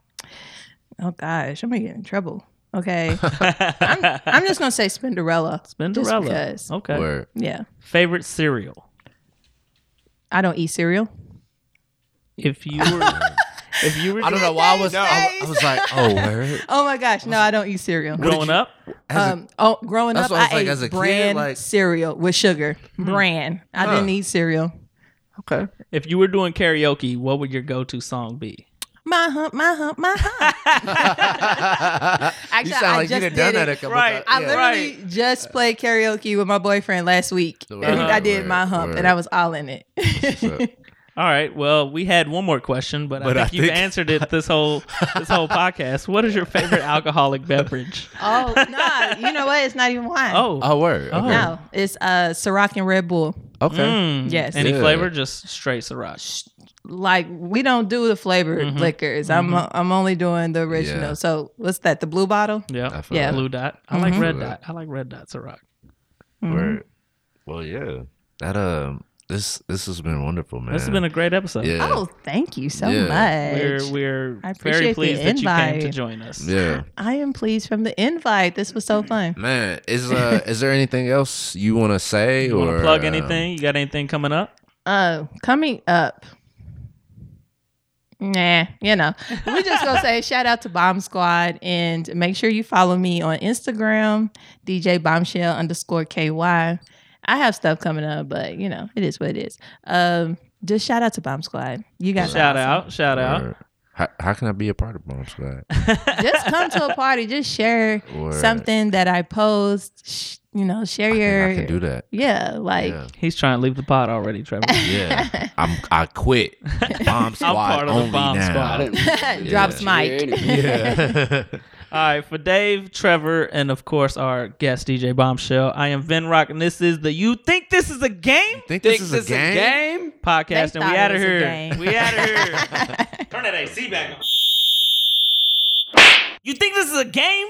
Speaker 4: Oh gosh, I'm gonna get in trouble. Okay. I'm, I'm just gonna say Spinderella. just
Speaker 2: Cinderella. Oh.
Speaker 4: because.
Speaker 2: Okay.
Speaker 3: Word.
Speaker 4: Yeah.
Speaker 2: Favorite cereal.
Speaker 4: I don't eat cereal.
Speaker 2: If you were, if you were
Speaker 3: I don't know why I was. I, I was like, oh, word.
Speaker 4: Oh my gosh, no, I don't eat cereal.
Speaker 2: growing up,
Speaker 4: Um, oh, growing
Speaker 3: That's
Speaker 4: up,
Speaker 3: what I was
Speaker 4: I
Speaker 3: like,
Speaker 4: ate
Speaker 3: as a kid,
Speaker 4: bran
Speaker 3: like-
Speaker 4: cereal with sugar.
Speaker 2: Mm-hmm.
Speaker 4: Bran. I didn't eat cereal.
Speaker 3: Okay.
Speaker 2: if you were doing karaoke, what would your go-to song be?
Speaker 4: My hump, my hump, my hump. Actually,
Speaker 3: you sound
Speaker 4: I
Speaker 3: like you done
Speaker 4: just
Speaker 3: done
Speaker 4: did
Speaker 3: that
Speaker 4: it.
Speaker 3: a couple
Speaker 2: Right.
Speaker 4: I
Speaker 3: times. Yeah.
Speaker 4: literally just played karaoke with my boyfriend last week,
Speaker 3: Word,
Speaker 4: and I did
Speaker 3: word,
Speaker 4: my hump,
Speaker 3: word.
Speaker 4: and I was all in it.
Speaker 2: All right. Well, we had one more question, but,
Speaker 3: But
Speaker 2: I
Speaker 3: I
Speaker 2: think you've
Speaker 3: think-
Speaker 2: answered it this whole this whole podcast. What is your favorite alcoholic beverage?
Speaker 4: oh no, you know what? It's not even wine.
Speaker 2: Oh,
Speaker 3: Oh, word.
Speaker 2: Oh.
Speaker 3: Okay.
Speaker 4: no, it's uh, Ciroc and Red Bull.
Speaker 3: Okay.
Speaker 2: Mm.
Speaker 4: Yes.
Speaker 2: Any
Speaker 3: Yeah.
Speaker 2: flavor, just straight Sriracha.
Speaker 4: sh- like we don't do the flavored
Speaker 2: Mhm.
Speaker 4: liquors. I'm I'm only doing the original.
Speaker 3: Yeah.
Speaker 4: So what's that? The blue bottle.
Speaker 2: Yeah.
Speaker 3: feel
Speaker 4: Yeah.
Speaker 3: that.
Speaker 2: Blue dot. I like
Speaker 4: Mhm.
Speaker 2: red dot. I like red dot Sriracha.
Speaker 4: Mhm.
Speaker 3: Word.
Speaker 5: Well, yeah.
Speaker 3: That um, this this has been wonderful, man.
Speaker 2: This has been a great episode.
Speaker 3: yeah,
Speaker 4: Oh, thank you so
Speaker 3: Yeah.
Speaker 4: much.
Speaker 2: We're we're
Speaker 4: I
Speaker 2: very
Speaker 4: appreciate the
Speaker 2: pleased that you came to
Speaker 4: invite.
Speaker 2: join us.
Speaker 3: yeah,
Speaker 4: I am pleased from the invite. This was so fun.
Speaker 3: man.
Speaker 5: Is uh is there anything else you want to say
Speaker 2: You want
Speaker 5: or
Speaker 2: to plug
Speaker 3: um,
Speaker 5: uh,
Speaker 2: anything? You got anything coming up?
Speaker 4: Uh, coming up. Nah, you know, we just gonna say shout out to Bomb Squad and make sure you follow me on Instagram, DJ Bombshell underscore KY. I have stuff coming up, but you know, it is what it is. Um, just shout out to Bomb Squad. You guys, are
Speaker 2: Shout
Speaker 4: awesome.
Speaker 2: out! Shout out!
Speaker 3: Word. How, how can I be a part of Bomb Squad?
Speaker 4: Just come to a party. Just share
Speaker 3: Word.
Speaker 4: something that I post. Sh- you know, share your
Speaker 3: I can do that.
Speaker 4: yeah, like
Speaker 3: Yeah.
Speaker 2: He's trying to leave the pod already, Trevor.
Speaker 3: Yeah, I'm. I quit. Bomb Squad
Speaker 2: part of the
Speaker 3: only
Speaker 2: Bomb
Speaker 3: now.
Speaker 2: Squad.
Speaker 4: drops mic.
Speaker 3: Yeah.
Speaker 2: All right, for Dave, Trevor, and of course our guest DJ Bombshell. I am Vin Rock, and this is the You Think This Is a Game
Speaker 3: Think
Speaker 1: Think
Speaker 3: this is a game?
Speaker 2: podcast, and we
Speaker 4: They thought
Speaker 2: out
Speaker 4: it
Speaker 2: of
Speaker 4: was a
Speaker 2: here.
Speaker 4: game.
Speaker 2: We out of here. Turn that AC back on. You think this is a game?